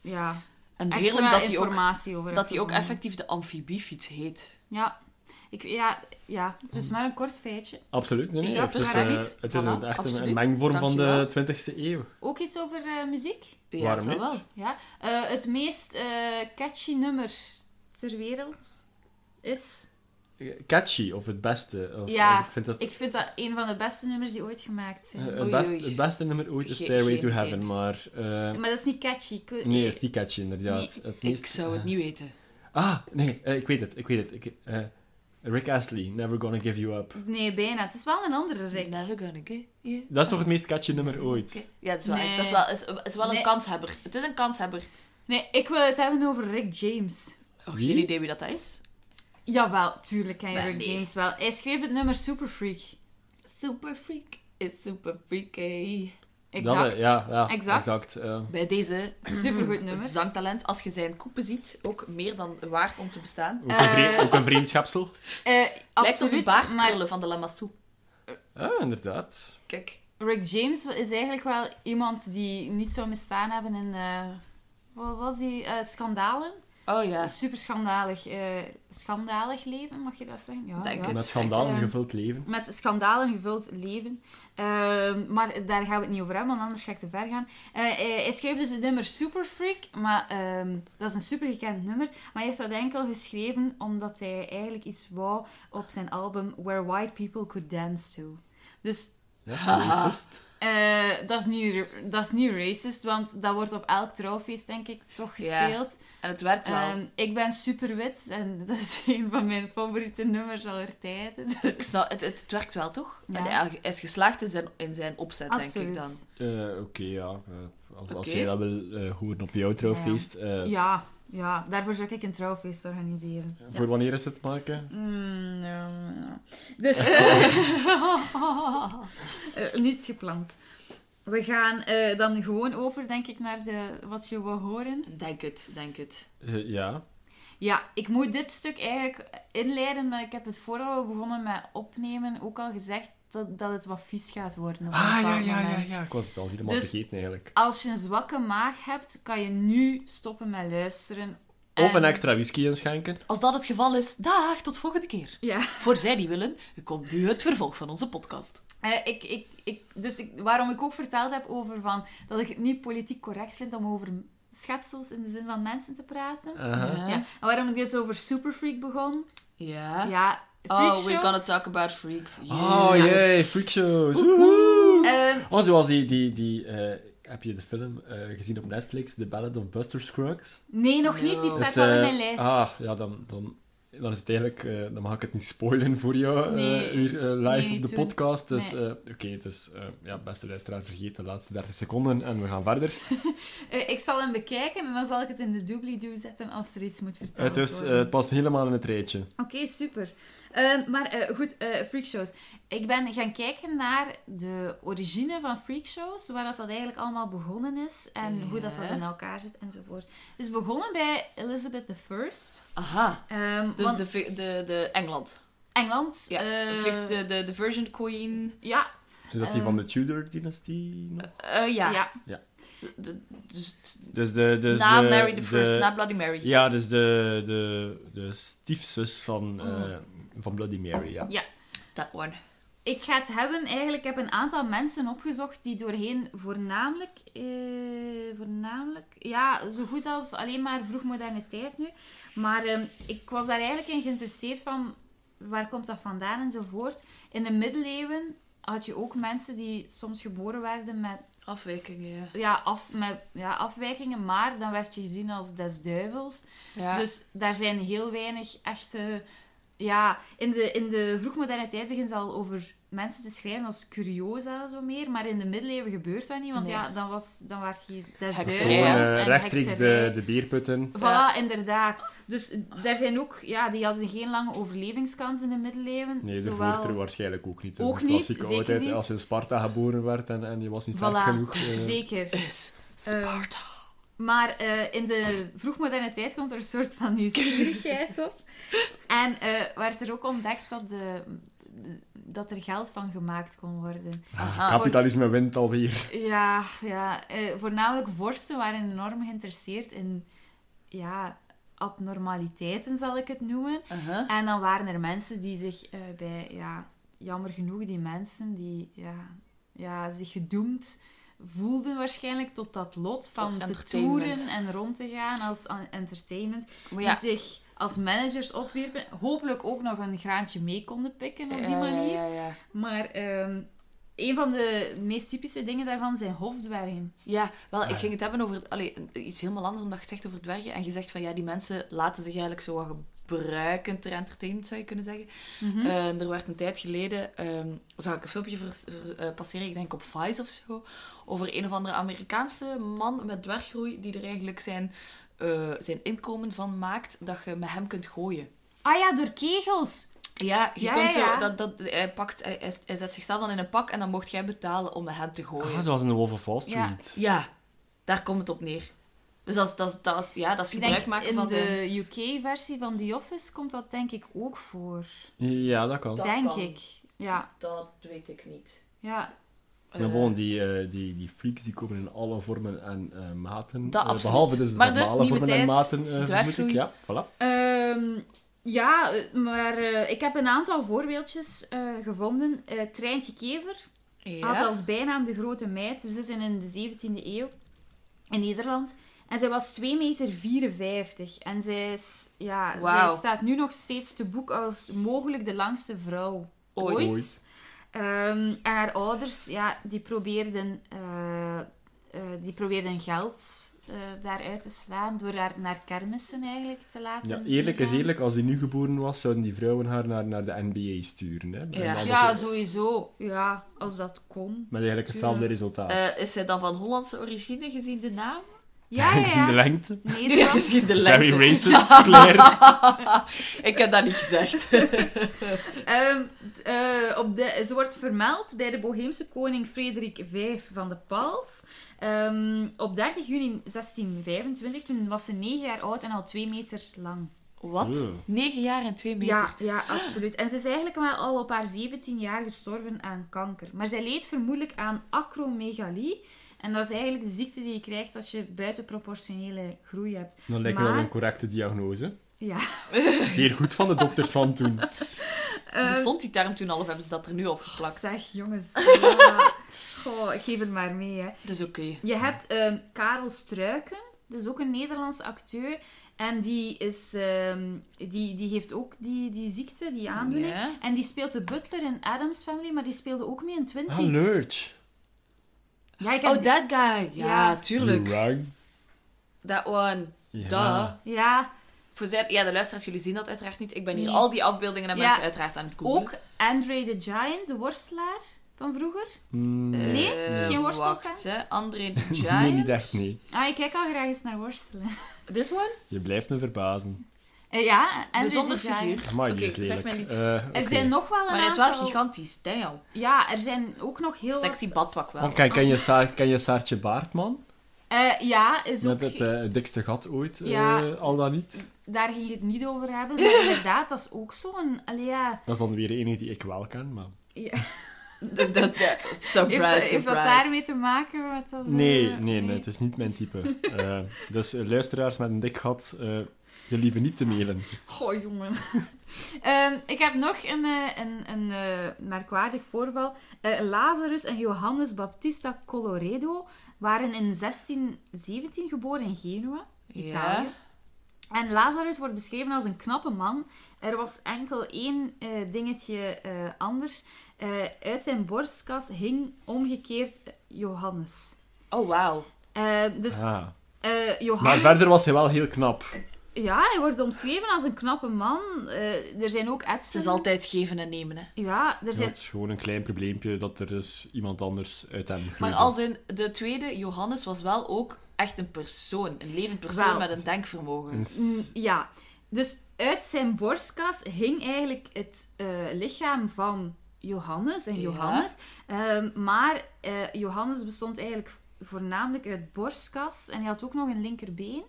S1: ja,
S3: en heerlijk
S1: extra
S3: dat hij ook,
S1: informatie over heb
S3: dat die ook
S1: gevonden.
S3: effectief de amfibiefiets heet.
S1: Ja. Ik, ja, ja, het
S3: Mm.
S1: is maar een kort feitje.
S2: Absoluut, nee.
S1: Ik
S2: nee.
S1: dacht,
S2: Het is,
S1: we gaan
S2: eh,
S1: iets-
S2: het is
S3: Voilà,
S2: een, echt een,
S3: absoluut.
S2: een mengvorm van
S3: Dankjewel.
S2: de 20e eeuw.
S1: Ook iets over eh, muziek.
S3: Ja,
S2: Waarom
S3: dat
S2: niet?
S3: wel.
S1: Ja. Eh, het meest eh, catchy nummer ter wereld is...
S2: Catchy, of het beste. Of,
S1: Ja,
S2: ik vind dat
S1: Ik vind dat een van de beste nummers die ooit gemaakt
S2: eh,
S1: zijn.
S2: het,
S3: oei,
S2: best,
S3: oei.
S2: het beste nummer ooit is
S3: Ge-
S2: Stairway
S3: geen
S2: to
S3: idee.
S2: Heaven, maar... eh,
S1: Maar dat is niet catchy. Ik-
S2: nee, is die catchy inderdaad. het meest,
S3: Ik zou het
S2: eh,
S3: niet weten.
S2: Ah, nee, eh, ik weet het, ik weet het. Ik, eh, Rick Astley, Never Gonna Give You Up.
S1: Nee, bijna. Het is wel een andere Rick.
S3: Never gonna get you.
S2: Dat is toch het meest catchy nummer ooit?
S3: Ja, het is wel,
S1: Nee.
S3: echt- dat is wel, het is, het is wel
S1: Nee.
S3: een kanshebber. Het is een kanshebber.
S1: Nee, ik wil het hebben over Rick James.
S3: Oh,
S2: Wie?
S3: geen idee wie dat is.
S1: Jawel, tuurlijk ken je
S3: Maar
S1: Rick
S3: nee.
S1: James wel. Hij schreef het nummer Super Freak.
S3: Super freak is super freaky.
S2: Dat, eh,
S1: Exact.
S2: ja, ja,
S1: Exact.
S2: exact. eh.
S3: Bij (clears throat) deze
S1: Supergoed nummer.
S3: zangtalent, als je zijn koepen ziet, ook meer dan waard om te bestaan.
S2: ook, een vri-
S1: Eh.
S2: ook een vriendschapsel.
S1: Eh, absoluut,
S3: Absoluut, Lijkt op de
S1: maar
S3: baardkrullen van de Lamassou.
S2: Ah, inderdaad.
S3: Kijk.
S1: Rick James is eigenlijk wel iemand die niet zou misstaan hebben in... eh, wat was die? eh, scandalen?
S3: Oh ja.
S1: Super schandalig. eh, schandalig leven, mag je dat zeggen? Ja,
S3: Denk
S1: ja.
S3: het.
S2: Met schandalen
S1: Ja.
S2: gevuld leven.
S1: met schandalen gevuld leven. Ehm, maar daar gaan we het niet over hebben, want anders ga ik te ver gaan. Eh, eh, hij schreef dus het nummer Super Freak, maar ehm, dat is een supergekend nummer. Maar hij heeft dat enkel geschreven omdat hij eigenlijk iets wou op zijn album Where White People Could Dance To. Dus
S2: Dat is
S3: Haha.
S2: racist.
S1: eh, dat, is niet, dat is niet racist, want dat wordt op elk trouwfeest, denk ik, toch
S3: Ja.
S1: gespeeld.
S3: En het werkt wel.
S1: Ehm, ik ben super wit en (laughs) dat is een van mijn favoriete nummers aller tijden. dus
S3: Ik snap, het, het, het werkt wel, toch?
S1: Ja.
S3: En hij is geslaagd in zijn, in zijn opzet, denk ik dan.
S2: Eh, Oké, ja. eh, als, als
S3: Oké.
S2: jij dat wil eh, horen op jouw trouwfeest. eh,
S1: Ja, ja, daarvoor zou ik een trouwfeest organiseren.
S2: Voor wanneer is het maken?
S1: Mm, ja,
S3: (laughs)
S1: ja. Dus, (laughs) eh, eh, niets gepland. We gaan eh, dan gewoon over, denk ik, naar de, wat je wil horen.
S3: Denk het, denk het.
S2: Eh, ja.
S1: Ja, ik moet dit stuk eigenlijk inleiden, maar ik heb het voor we begonnen met opnemen ook al gezegd dat, dat het wat vies gaat worden. op een
S2: Ah,
S1: bepaald moment.
S2: Ik was het al helemaal
S1: Dus-
S2: vergeten eigenlijk.
S1: Als je een zwakke maag hebt, kan je nu stoppen met luisteren.
S2: Of
S1: En-
S2: een extra whisky inschenken.
S3: Als dat het geval is, dag, tot volgende keer.
S1: Ja.
S3: Voor zij die willen, komt nu het vervolg van onze podcast.
S1: Eh, ik, ik, ik, dus ik, waarom ik ook verteld heb over van, dat ik het niet politiek correct vind om over schepsels in de zin van mensen te praten.
S2: Aha.
S1: Ja. En waarom ik dus over Superfreak begon.
S3: Ja.
S1: Ja,
S3: Oh, we're gonna
S1: freakshows.
S3: talk about freaks.
S2: Oh,
S3: Yes.
S2: jee, freakshows. Woehoe.
S1: Eh,
S2: Oh, zoals die... die, die eh, heb je de film eh, gezien op Netflix? The Ballad of Buster Scruggs?
S1: nee, nog niet. Die
S3: No.
S1: staat
S2: Dus,
S1: wel in
S2: eh,
S1: mijn lijst.
S2: Ah, ja, dan, dan, dan is het eigenlijk... eh, dan mag ik het niet spoilen voor jou eh,
S1: Nee.
S2: hier eh, live
S1: Nee,
S2: op de
S1: tuurlijk.
S2: podcast. Dus
S1: Nee.
S2: eh, oké, dus eh, ja, beste luisteraar, vergeet de laatste 30 seconden en we gaan verder.
S1: Eh, ik zal hem bekijken en dan zal ik het in de doobly-doo zetten als er iets moet vertellen
S2: het, is, eh,
S1: worden.
S2: het past helemaal in het rijtje.
S1: Oké, super. Eh, Ehm, maar eh, goed, eh freakshows. Ik ben gaan kijken naar de origine van freakshows, waar dat, dat eigenlijk allemaal begonnen is en hoe dat, dat
S3: Ja.
S1: in elkaar zit enzovoort. Het is begonnen bij Elizabeth I.
S3: Aha.
S1: Ehm
S3: Dus
S1: want
S3: de, vi- de, de Engeland.
S1: Engeland.
S3: Ja,
S1: eh,
S3: Vic- de, de, de Virgin Queen.
S1: ja,
S2: Is dat die van de
S1: Eh.
S2: Tudor-dynastie nog?
S3: Eh, ja.
S1: ja.
S3: De- de- dus t-
S2: Dus de, dus
S3: na
S2: de,
S3: Mary the
S2: de-
S3: First, na Bloody Mary.
S2: Ja, dus de, de, de stiefzus van, eh, van Bloody Mary, ja.
S3: That one.
S1: Ik ga het hebben, eigenlijk heb een aantal mensen opgezocht die doorheen voornamelijk, eh, voornamelijk, ja, zo goed als alleen maar vroegmoderne tijd nu. Maar ehm, ik was daar eigenlijk in geïnteresseerd van, waar komt dat vandaan enzovoort. In de middeleeuwen had je ook mensen die soms geboren werden met,
S3: Afwijkingen, ja.
S1: ja, af, met ja, afwijkingen, maar dan werd je gezien als des duivels.
S3: ja.
S1: Dus daar zijn heel weinig echte... Ja, in de, in de vroegmoderne tijd beginnen ze al over mensen te schrijven als curiosa, zo meer. Maar in de middeleeuwen gebeurt dat niet, want
S3: Nee.
S1: ja, dan, was, dan werd je
S3: Hekserij.
S1: desduivels
S2: Gewoon
S3: Ja,
S2: eh,
S1: en
S2: rechtstreeks de,
S1: hekserij.
S2: de beerputten.
S1: Voilà,
S3: Ja.
S1: inderdaad. Dus daar zijn ook... Ja, die hadden geen lange overlevingskans in de middeleeuwen.
S2: Nee, de
S1: Zowel-
S2: voorter waarschijnlijk ook niet. hè.
S1: Ook
S2: De
S1: niet,
S2: klassieke
S1: zeker
S2: oudheid,
S1: niet.
S2: Als je in Sparta geboren werd en, en je was niet sterk
S1: Voilà,
S2: genoeg. eh,
S1: Zeker.
S3: Is
S1: eh,
S3: Sparta.
S1: Maar eh, in de vroegmoderne tijd komt er een soort van nieuwsgierigheid op. En eh, werd er ook ontdekt dat, de, dat er geld van gemaakt kon worden.
S2: Ah,
S3: Aha.
S2: kapitalisme wint alweer.
S1: Ja, ja eh, voornamelijk vorsten waren enorm geïnteresseerd in ja, abnormaliteiten, zal ik het noemen.
S3: Aha.
S1: En dan waren er mensen die zich eh, bij, ja, jammer genoeg, die mensen die ja, ja, zich gedoemd voelden waarschijnlijk tot dat lot van
S3: Tot
S1: te
S3: entertainment.
S1: toeren en rond te gaan als an- entertainment.
S3: Maar ja,
S1: Die zich als managers opwierpen. Hopelijk ook nog een graantje mee konden pikken op die
S3: Ja, ja,
S1: manier.
S3: Ja, ja.
S1: Maar ehm, een van de meest typische dingen daarvan zijn hofdwergen.
S3: Ja, wel, ik ging het hebben over allee, iets helemaal anders, omdat je het zegt over dwergen. En je zegt van ja, die mensen laten zich eigenlijk zo wat gebruiken ter entertainment, zou je kunnen zeggen.
S1: Mhm.
S3: Eh, er werd een tijd geleden, ehm, zag ik een filmpje vers- ver- eh, passeren, ik denk op Vice of zo, over een of andere Amerikaanse man met dwerggroei die er eigenlijk zijn, eh, zijn inkomen van maakt dat je met hem kunt gooien.
S1: Ah ja, door kegels.
S3: Ja, je
S1: Ja,
S3: kunt
S1: ja, ja.
S3: Zo, dat, dat, hij, pakt, hij, hij- hij zet zichzelf dan in een pak en dan mocht jij betalen om met hem te gooien.
S2: Ah, zoals in de Wolf of Wall
S1: Ja.
S2: Street.
S3: Ja, daar komt het op neer. Dus dat is, dat is, dat is, ja, dat is
S1: Ik
S3: gebruik
S1: denk,
S3: maken
S1: in
S3: van de...
S1: de UK-versie van The Office komt dat denk ik ook voor.
S2: Ja, dat kan.
S3: Dat
S1: denk
S3: kan.
S1: ik. Ja,
S3: Dat weet ik niet.
S1: ja.
S2: Maar gewoon, die, eh, die, die freaks die komen in alle vormen en eh, maten.
S3: Dat
S2: Eh,
S3: absoluut.
S2: Behalve dus
S3: Maar
S2: de
S3: dus
S2: normale
S3: nieuwe
S2: vormen en
S3: tijd,
S2: maten, eh, vermoed ik.
S3: dwerggroei.
S2: Ja, voilà.
S1: Ehm, ja, eh, maar eh, ik heb een aantal voorbeeldjes eh, gevonden. Eh, Treintje Kever had
S3: Eh, Ja.
S1: als bijnaam de Grote Meid. We zitten in de 17e eeuw in Nederland. En zij was 2,54 meter. En zij, is, ja,
S3: Wauw.
S1: zij staat nu nog steeds te boek als mogelijk de langste vrouw
S3: Ooit.
S1: ooit. Ehm, en haar ouders, ja, die probeerden, eh, eh, die probeerden geld eh, daaruit te slaan door haar naar kermissen eigenlijk te laten
S2: Ja, eerlijk is
S1: gaan.
S2: eerlijk, als die nu geboren was, zouden die vrouwen haar naar, naar de NBA sturen. Hè? En
S3: Ja.
S2: dan
S1: Ja,
S2: is het-
S1: sowieso. Ja, als dat kon.
S2: Met eigenlijk hetzelfde resultaat. (laughs)
S3: Eh, is zij dan van Hollandse origine, gezien de naam?
S1: Ja, ja,
S2: Gezien
S1: (laughs)
S2: de
S1: ja. dus-
S2: lengte.
S3: (laughs) Ja,
S1: Nederland.
S3: gezien de
S2: Very
S3: lengte.
S2: racist, Claire.
S3: (laughs) Ik heb dat niet gezegd.
S1: Ehm, t- eh, op de, ze wordt vermeld bij de Boheemse koning Frederik V van de Pals. Ehm, op 30 juni 1625, toen was ze 9 jaar oud en al 2 meter lang.
S3: (laughs) Wat?
S2: Oeh.
S3: Negen jaar en twee meter.
S1: Ja, ja, absoluut. En ze is eigenlijk wel al op haar 17 jaar gestorven aan kanker. Maar zij leed vermoedelijk aan acromegalie. En dat is eigenlijk de ziekte die je krijgt als je buitenproportionele groei hebt.
S2: Dan lijkt me
S1: maar,
S2: dat een correcte diagnose.
S1: Ja.
S3: (laughs)
S2: Zeer goed van de dokters
S1: (laughs)
S2: van toen. Ah,
S3: Bestond die term toen al of hebben ze dat er nu opgeplakt?
S1: Zeg, jongens. ja. (laughs) Goh, ik geef het maar mee, hè.
S3: Dus oké.
S1: Je hebt ehm, Karel Struiken, dat is ook een Nederlandse acteur. En die, is, ehm, die, die heeft ook die, die ziekte, die aandoening.
S3: Ja.
S1: En die speelt de butler in Adams Family, maar die speelde ook mee in Twin Peaks.
S2: Ah, Lurch.
S1: Ja, ik heb
S3: Oh, that guy. Ja,
S1: Ja.
S3: tuurlijk.
S2: You rang.
S3: That one.
S2: Ja.
S3: Duh.
S1: Ja,
S3: Voor zij, ja, de luisteraars, jullie zien dat uiteraard niet. Ik ben hier
S1: Nee.
S3: al die afbeeldingen en
S1: Ja.
S3: mensen uiteraard aan het googlen.
S1: ook Andre the Giant, de worstelaar van vroeger.
S2: Mm, nee.
S1: Nee?
S3: Eh,
S1: Geen worstelfans?
S3: wacht, hè.
S2: (laughs)
S3: André the Giant.
S2: nee, niet echt, nee.
S1: Ah, ik kijk al graag eens naar worstelen. (laughs)
S3: This one?
S2: Je blijft me verbazen.
S1: Eh, ja, en
S3: Bijzonder figuur.
S2: Amai, die
S3: Oké,
S2: is
S3: zeg
S2: lelijk.
S3: mij niets.
S2: Eh, oké.
S1: Er zijn nog wel een
S3: Maar hij is
S1: aantal...
S3: wel gigantisch, Daniel.
S1: Ja, er zijn ook nog heel wat-
S3: Sexy badpak wel.
S2: Want Oh, ken, ken, je Saar, ken je Saartje Baartman?
S1: Eh, ja, is ook...
S2: Met het eh, dikste gat ooit, eh,
S1: Ja.
S2: al dan niet.
S1: Daar ging je het niet over hebben,
S3: (laughs)
S1: maar inderdaad, dat is ook zo'n... Allee, ja...
S2: Dat is dan weer de enige die ik wel ken, maar...
S1: ja.
S3: (laughs) Dat- dat- dat-
S1: Heeft, dat-
S3: Surprise,
S1: heeft dat
S3: surprise.
S1: daarmee te maken met dat... eh,
S2: Nee, nee, nee, het is niet mijn type. Eh, dus eh, luisteraars met een dik gat, eh, je liever niet te mailen.
S1: Goh, jongen. (laughs) Ehm, ik heb nog een, eh, een, een eh, merkwaardig voorval. Eh, Lazarus en Johannes Baptista Coloredo waren in 1617 geboren in Genua, Italië.
S3: Ja.
S1: En Lazarus wordt beschreven als een knappe man. Er was enkel één eh, dingetje eh, anders. Eh, uit zijn borstkas hing omgekeerd eh, Johannes.
S3: Oh, wauw.
S1: Eh, dus
S2: Ah.
S1: eh, Johannes...
S2: Maar
S3: Ah, dus-
S2: verder was hij wel heel knap.
S1: Ja, hij wordt omschreven als een knappe man. Eh, er zijn ook
S3: Het
S1: etsen.
S3: is altijd geven en nemen, hè.
S1: Ja, er zijn...
S2: Dat is gewoon een klein probleempje dat er dus iemand anders uit hem groeide.
S3: Maar als in de tweede, Johannes was wel ook echt een persoon. Een levend persoon
S1: Wel.
S3: met een denkvermogen.
S2: Een s-
S1: Mm, Ja. Dus uit zijn borstkas hing eigenlijk het eh, lichaam van Johannes en
S3: Ja.
S1: Johannes. Ehm, maar eh, Johannes bestond eigenlijk voornamelijk uit borstkas. En hij had ook nog een linkerbeen.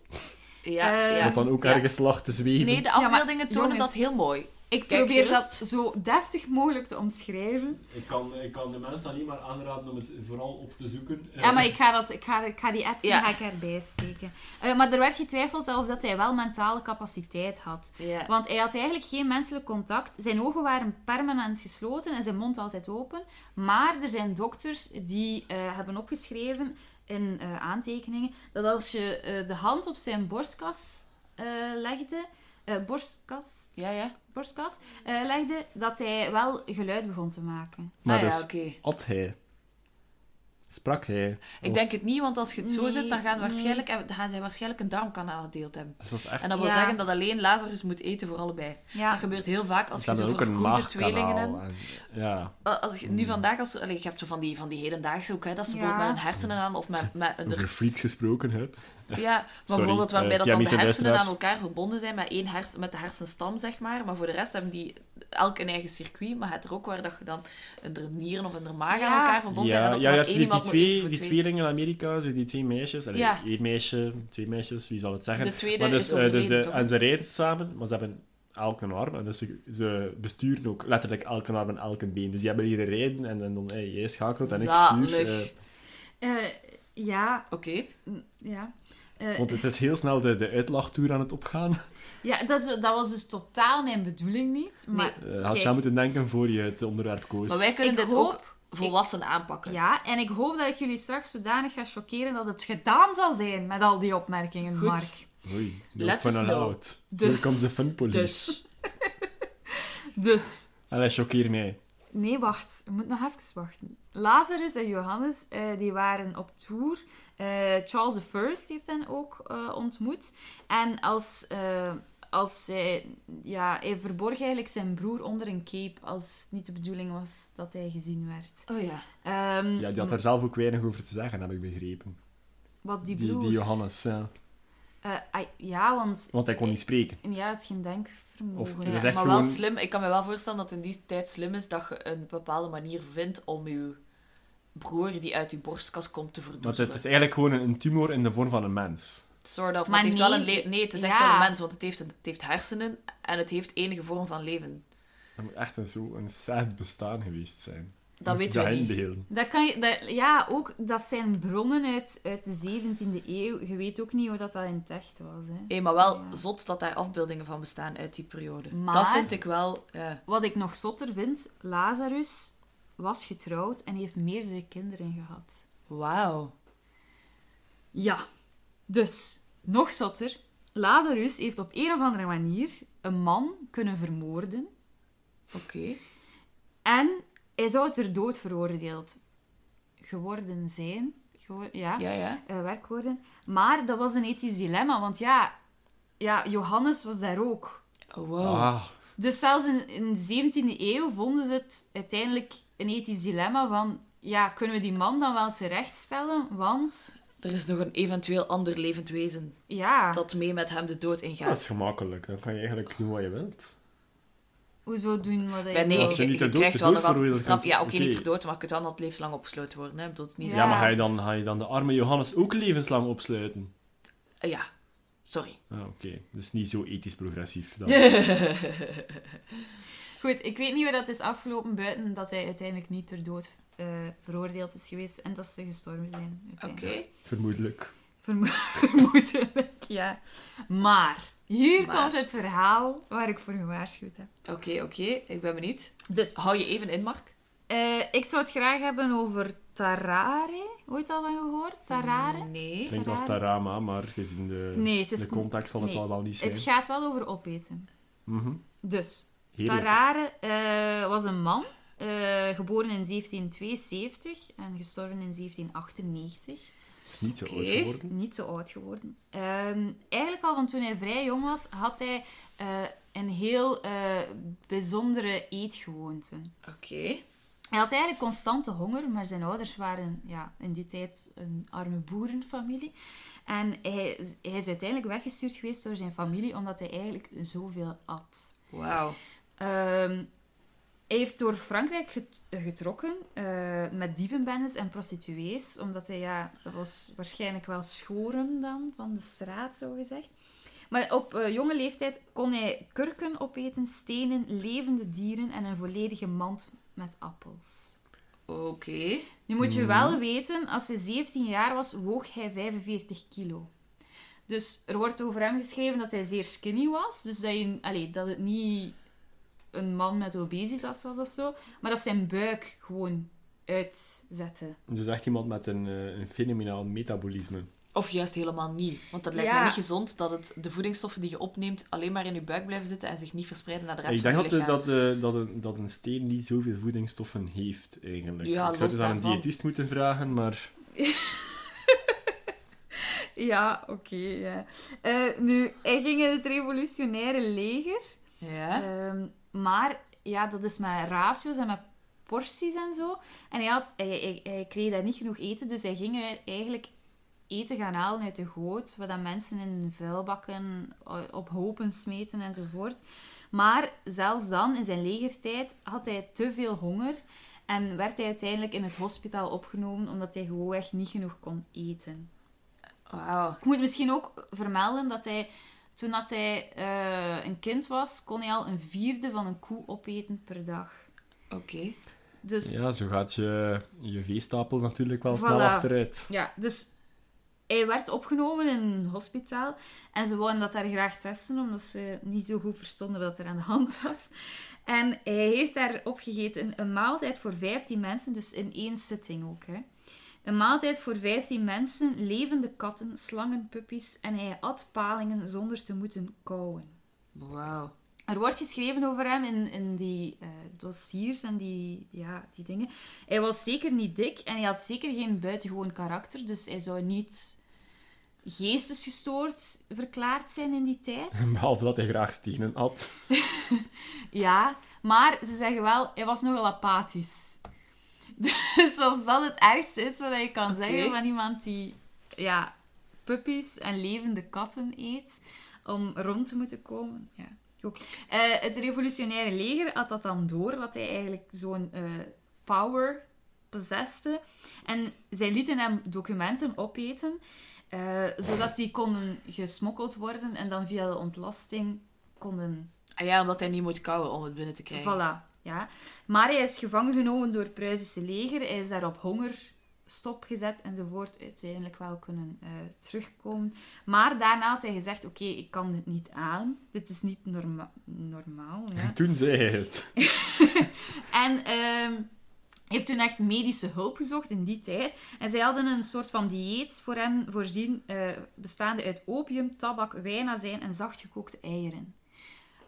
S3: Ja,
S1: Eh,
S3: ja.
S2: Dat dan ook
S3: Ja.
S2: ergens lag te zweven.
S3: Nee, de
S1: maar
S3: afbeeldingen tonen
S1: jongens,
S3: dat heel mooi.
S1: Ik
S3: Kijk,
S1: probeer
S3: gerust.
S1: dat zo deftig mogelijk te omschrijven.
S4: Ik kan, ik kan de mensen alleen maar aanraden om het vooral op te zoeken. Eh,
S1: Ja, maar ik ga, dat, ik ga, ik ga die etsen
S3: Ja.
S1: ga ik erbij steken. Eh, maar er werd getwijfeld of dat hij wel mentale capaciteit had.
S3: Ja.
S1: Want hij had eigenlijk geen menselijk contact. Zijn ogen waren permanent gesloten en zijn mond altijd open. Maar er zijn dokters die eh, hebben opgeschreven in eh, aantekeningen dat als je eh, de hand op zijn borstkas eh, legde, eh, borstkast,
S3: Ja, ja.
S1: borstkas eh, legde, dat hij wel geluid begon te maken.
S2: Maar
S3: ah,
S2: dus,
S3: ja, oké.
S2: at hij? Sprak hij?
S3: Ik denk het niet, want als je het zo
S1: Nee,
S3: zit, dan gaan,
S1: nee.
S3: waarschijnlijk, dan gaan zij waarschijnlijk een darmkanaal gedeeld hebben.
S2: Het was dus echt...
S3: En dat wil
S1: Ja.
S3: zeggen dat alleen Lazarus moet eten voor allebei.
S1: Ja.
S3: Dat gebeurt heel vaak als
S2: Ze
S3: je
S2: hebben
S3: zo
S2: ook een
S3: vergroeide tweelingen hebt.
S2: maagkanaal. En, ja.
S3: Eh, Als je,
S2: Hmm.
S3: nu vandaag, als, allee, je hebt zo van die, van die hedendaagse ook, hè, dat ze
S1: Ja.
S3: bijvoorbeeld met hun hersenen aan of met, met
S2: (laughs)
S3: een
S2: Over freaks gesproken, hè.
S3: Ja, maar
S2: Sorry,
S3: bijvoorbeeld
S2: eh,
S3: waarbij dat dan de
S2: Siamese
S3: hersenen aan
S2: luisteraars.
S3: elkaar verbonden zijn met, één hers met de hersenstam, zeg maar. Maar voor de rest hebben die elk een eigen circuit. Maar het er ook waar dat je dan een nieren of een maag
S1: Ja.
S3: aan elkaar verbonden zijn. En
S2: Ja,
S3: dat
S2: ja,
S3: er
S2: je
S3: maar
S2: hebt
S3: één
S2: die, die,
S3: iemand moet eten
S2: twee,
S3: voor
S2: die
S3: twee.
S2: tweelingen in Amerika, zo die twee meisjes. Allee,
S3: Ja.
S2: één meisje, twee meisjes, wie zal het zeggen?
S3: De tweede
S2: maar dus,
S3: is
S2: eh, dus
S3: overleden,
S2: de,
S3: toch?
S2: En ze rijden samen, maar ze hebben elk een arm. En dus ze, ze besturen ook letterlijk elke arm en elke been. Dus die hebben leren rijden en dan, dan hey, jij schakelt en ik stuur.
S3: Zalig.
S2: eh,
S1: Eh, ja,
S3: Oké.
S1: ja. Eh,
S2: want het is heel snel de, de uitlachtoer aan het opgaan.
S1: ja, dat, is- dat was dus totaal mijn bedoeling niet. Maar
S2: Eh had je
S1: Kijk.
S2: aan moeten denken voor je het onderwerp koos.
S3: Maar wij kunnen
S1: Ik
S3: dit
S1: hoop-
S3: ook volwassen aanpakken.
S1: Ja, en ik hoop dat ik jullie straks zodanig ga choqueren dat het gedaan zal zijn met al die opmerkingen,
S3: Goed.
S1: Mark.
S2: Oei, no
S3: Let
S2: fun
S3: us know.
S2: allowed.
S1: Dus.
S2: Here comes the fun police.
S3: Dus.
S1: Dus,
S2: Allee, choqueer mij.
S1: nee, wacht. Je moet nog even wachten. Lazarus en Johannes, eh, die waren op tour. Eh, Charles I heeft hen ook eh, ontmoet. En als, eh, als hij, ja, hij verborg eigenlijk zijn broer onder een cape, als het niet de bedoeling was dat hij gezien werd.
S3: Oh ja.
S1: Ehm,
S2: Ja, die had er zelf ook weinig over te zeggen, heb ik begrepen.
S1: Wat die
S2: Die,
S1: broer...
S2: die Johannes, ja.
S1: Eh, ah, ja, want
S2: Want hij kon niet spreken.
S1: ja, het geen denkvermogen.
S2: Of-
S1: ja.
S2: dat is echt
S3: maar wel
S2: gewoon-
S3: slim. Ik kan me wel voorstellen dat in die tijd slim is dat je een bepaalde manier vindt om je broer die uit je borstkas komt te
S2: Want
S3: verdoezelen.
S2: het is eigenlijk gewoon een- een tumor in de vorm van een mens.
S3: Sort of.
S1: Maar
S3: Maar het heeft
S1: nee.
S3: wel een le- Nee, het is echt
S1: Ja.
S3: wel een mens, want het heeft, een- het heeft hersenen en het heeft enige vorm van leven.
S2: Dat moet echt een, zo een sad bestaan geweest zijn.
S3: Dat
S2: Moet je
S3: weten we niet.
S2: inbeelden.
S1: Dat kan je, dat, ja, ook dat zijn bronnen uit, uit de 17e eeuw. Je weet ook niet hoe dat, dat in het echt was. Hè.
S3: Hé, maar wel
S1: Ja.
S3: zot dat daar afbeeldingen van bestaan uit die periode.
S1: Maar-
S3: Dat vind ik wel... ja.
S1: Wat ik nog zotter vind, Lazarus was getrouwd en heeft meerdere kinderen gehad.
S3: Wauw.
S1: Ja, dus nog zotter. Lazarus heeft op een of andere manier een man kunnen vermoorden
S3: Oké.
S1: en hij zou ter dood veroordeeld geworden zijn. Gewo- ja.
S3: Ja, ja.
S1: eh, werkwoorden. Maar dat was een ethisch dilemma, want ja, ja Johannes was daar ook.
S3: Oh, wow.
S2: Ah,
S1: Dus zelfs in, in de 17e eeuw vonden ze het uiteindelijk een ethisch dilemma van, ja, kunnen we die man dan wel terechtstellen? Want
S3: Er is nog een eventueel ander levend wezen
S1: Ja.
S3: dat mee met hem de dood
S2: Dat
S3: ingaat.
S2: is gemakkelijk. Dan kan je eigenlijk doen wat je wilt.
S1: Hoezo doen wat
S3: Maar
S1: hij
S3: nee,
S2: Ja,
S1: wil?
S2: als je
S3: je,
S2: niet
S3: je
S2: ter dood-
S3: krijgt
S2: ter
S3: wel
S2: dood
S3: nog altijd
S2: veroordeeld
S3: straf.
S2: bent,
S3: Ja, oké,
S2: oké.
S3: niet ter dood, maar je kunt wel nog levenslang opgesloten worden. Hè. Ik bedoel, het is niet...
S1: Ja.
S2: Ja, maar ga je, dan, ga je dan de arme Johannes ook levenslang opsluiten?
S3: Eh, ja. sorry.
S2: Ah, oké. Dus niet zo ethisch
S1: (laughs)
S2: progressief. Dan.
S1: Goed, ik weet niet hoe dat is afgelopen buiten dat hij uiteindelijk niet ter dood eh, veroordeeld is geweest en dat ze gestorven zijn.
S3: Oké.
S1: uiteindelijk.
S2: Vermoedelijk.
S1: Vermo- (laughs) vermoedelijk, ja. Maar, hier
S3: Maar.
S1: komt het verhaal waar ik voor gewaarschuwd heb.
S3: Oké, oké. Ik ben benieuwd.
S1: Dus,
S3: Hou je even in, Mark?
S1: eh, ik zou het graag hebben over Tarare. Ooit al van gehoord?
S2: Mm,
S1: Tarare?
S3: Nee.
S2: Klinkt als Tarama, maar gezien de,
S1: Nee, het is
S2: de context zal het
S1: nee.
S2: wel wel niet zijn.
S1: Het gaat wel over opeten.
S2: Mhm.
S1: Dus,
S2: Heerlijk.
S1: Tarare eh, was een man, eh, geboren in 1772 en gestorven in 1798.
S2: Niet zo
S3: Oké.
S2: oud geworden.
S1: Niet zo oud geworden. Ehm, eigenlijk al van toen hij vrij jong was, had hij eh, een heel eh, bijzondere eetgewoonte.
S3: Oké.
S1: Hij had eigenlijk constante honger, maar zijn ouders waren ja, in die tijd een arme boerenfamilie. En hij, hij is uiteindelijk weggestuurd geweest door zijn familie, omdat hij eigenlijk zoveel at.
S3: Wauw.
S1: Ehm, hij heeft door Frankrijk get- getrokken eh, met dievenbendes en prostituees, omdat hij, ja, dat was waarschijnlijk wel schoren dan, van de straat, zo gezegd. Maar op eh, jonge leeftijd kon hij kurken opeten, stenen, levende dieren en een volledige mand met appels.
S3: Oké.
S1: Nu moet je wel weten, als hij 17 jaar was, woog hij 45 kilo. Dus er wordt over hem geschreven dat hij zeer skinny was. Dus dat, je, allee, dat het niet een man met obesitas was of zo. Maar dat zijn buik gewoon uitzette.
S2: Dus echt iemand met een, eh, een fenomenaal metabolisme.
S3: Of juist helemaal niet. Want dat lijkt
S1: Ja.
S3: me niet gezond dat het, de voedingsstoffen die je opneemt alleen maar in je buik blijven zitten en zich niet verspreiden naar de rest
S2: ik denk
S3: van je
S2: dat, eh,
S3: lichaam.
S2: dat, eh, dat, een, dat een steen niet zoveel voedingsstoffen heeft, eigenlijk.
S3: Ja,
S2: ik
S3: los
S2: zou het aan een
S3: daarvan.
S2: diëtist moeten vragen, maar...
S1: Ja, oké. ja. Eh, nu, hij ging in het revolutionaire leger.
S3: Ja.
S1: Ehm, maar ja, dat is met ratio's en met porties en zo. En hij, had, hij, hij, hij kreeg daar niet genoeg eten, dus hij ging er eigenlijk eten gaan halen uit de goot, wat dan mensen in vuilbakken eh, op hopen smeten enzovoort. Maar zelfs dan, in zijn legertijd, had hij te veel honger en werd hij uiteindelijk in het hospitaal opgenomen omdat hij gewoon echt niet genoeg kon eten.
S3: Wauw.
S1: Ik moet misschien ook vermelden dat hij, toen dat hij eh, een kind was, kon hij al een vierde van een koe opeten per dag.
S3: Oké.
S1: Dus ja,
S2: Ja, zo gaat je, je veestapel natuurlijk wel snel
S1: Voilà.
S2: achteruit. (laughs)
S1: dus hij werd opgenomen in een hospitaal en ze wouden dat daar graag testen, omdat ze niet zo goed verstonden wat er aan de hand was. En hij heeft daar opgegeten een maaltijd voor 15 mensen, dus in één zitting ook. Hè. Een maaltijd voor 15 mensen, levende katten, slangen, puppies en hij at palingen zonder te moeten kauwen.
S3: Wauw.
S1: Er wordt geschreven over hem in, in die eh, dossiers en die, ja, die dingen. Hij was zeker niet dik en hij had zeker geen buitengewoon karakter. Dus hij zou niet geestesgestoord verklaard zijn in die tijd.
S2: Behalve dat hij graag stenen at.
S1: Ja, maar ze zeggen wel, hij was nogal apathisch. (laughs) Dus als dat het ergste is wat je kan
S3: Oké.
S1: zeggen van iemand die ja, puppies en levende katten eet, om rond te moeten komen. Ja. Goed. Eh, het revolutionaire leger had dat dan door, dat hij eigenlijk zo'n eh, power possesste. En zij lieten hem documenten opeten, eh, zodat die konden gesmokkeld worden en dan via de ontlasting konden
S3: Ah ja, omdat hij niet moet kauwen om het binnen te krijgen.
S1: Voilà, ja. Maar hij is gevangen genomen door het Pruisische leger. Hij is daar op hongerstop gezet enzovoort. Uiteindelijk wel kunnen eh, terugkomen. Maar daarna had hij gezegd, oké, ik kan dit niet aan. Dit is niet norma- normaal.
S2: (laughs)
S1: Ja.
S2: Toen zei hij het.
S1: En ehm, heeft toen echt medische hulp gezocht in die tijd. En zij hadden een soort van dieet voor hem voorzien, eh, bestaande uit opium, tabak, wijnazijn en zachtgekookte eieren.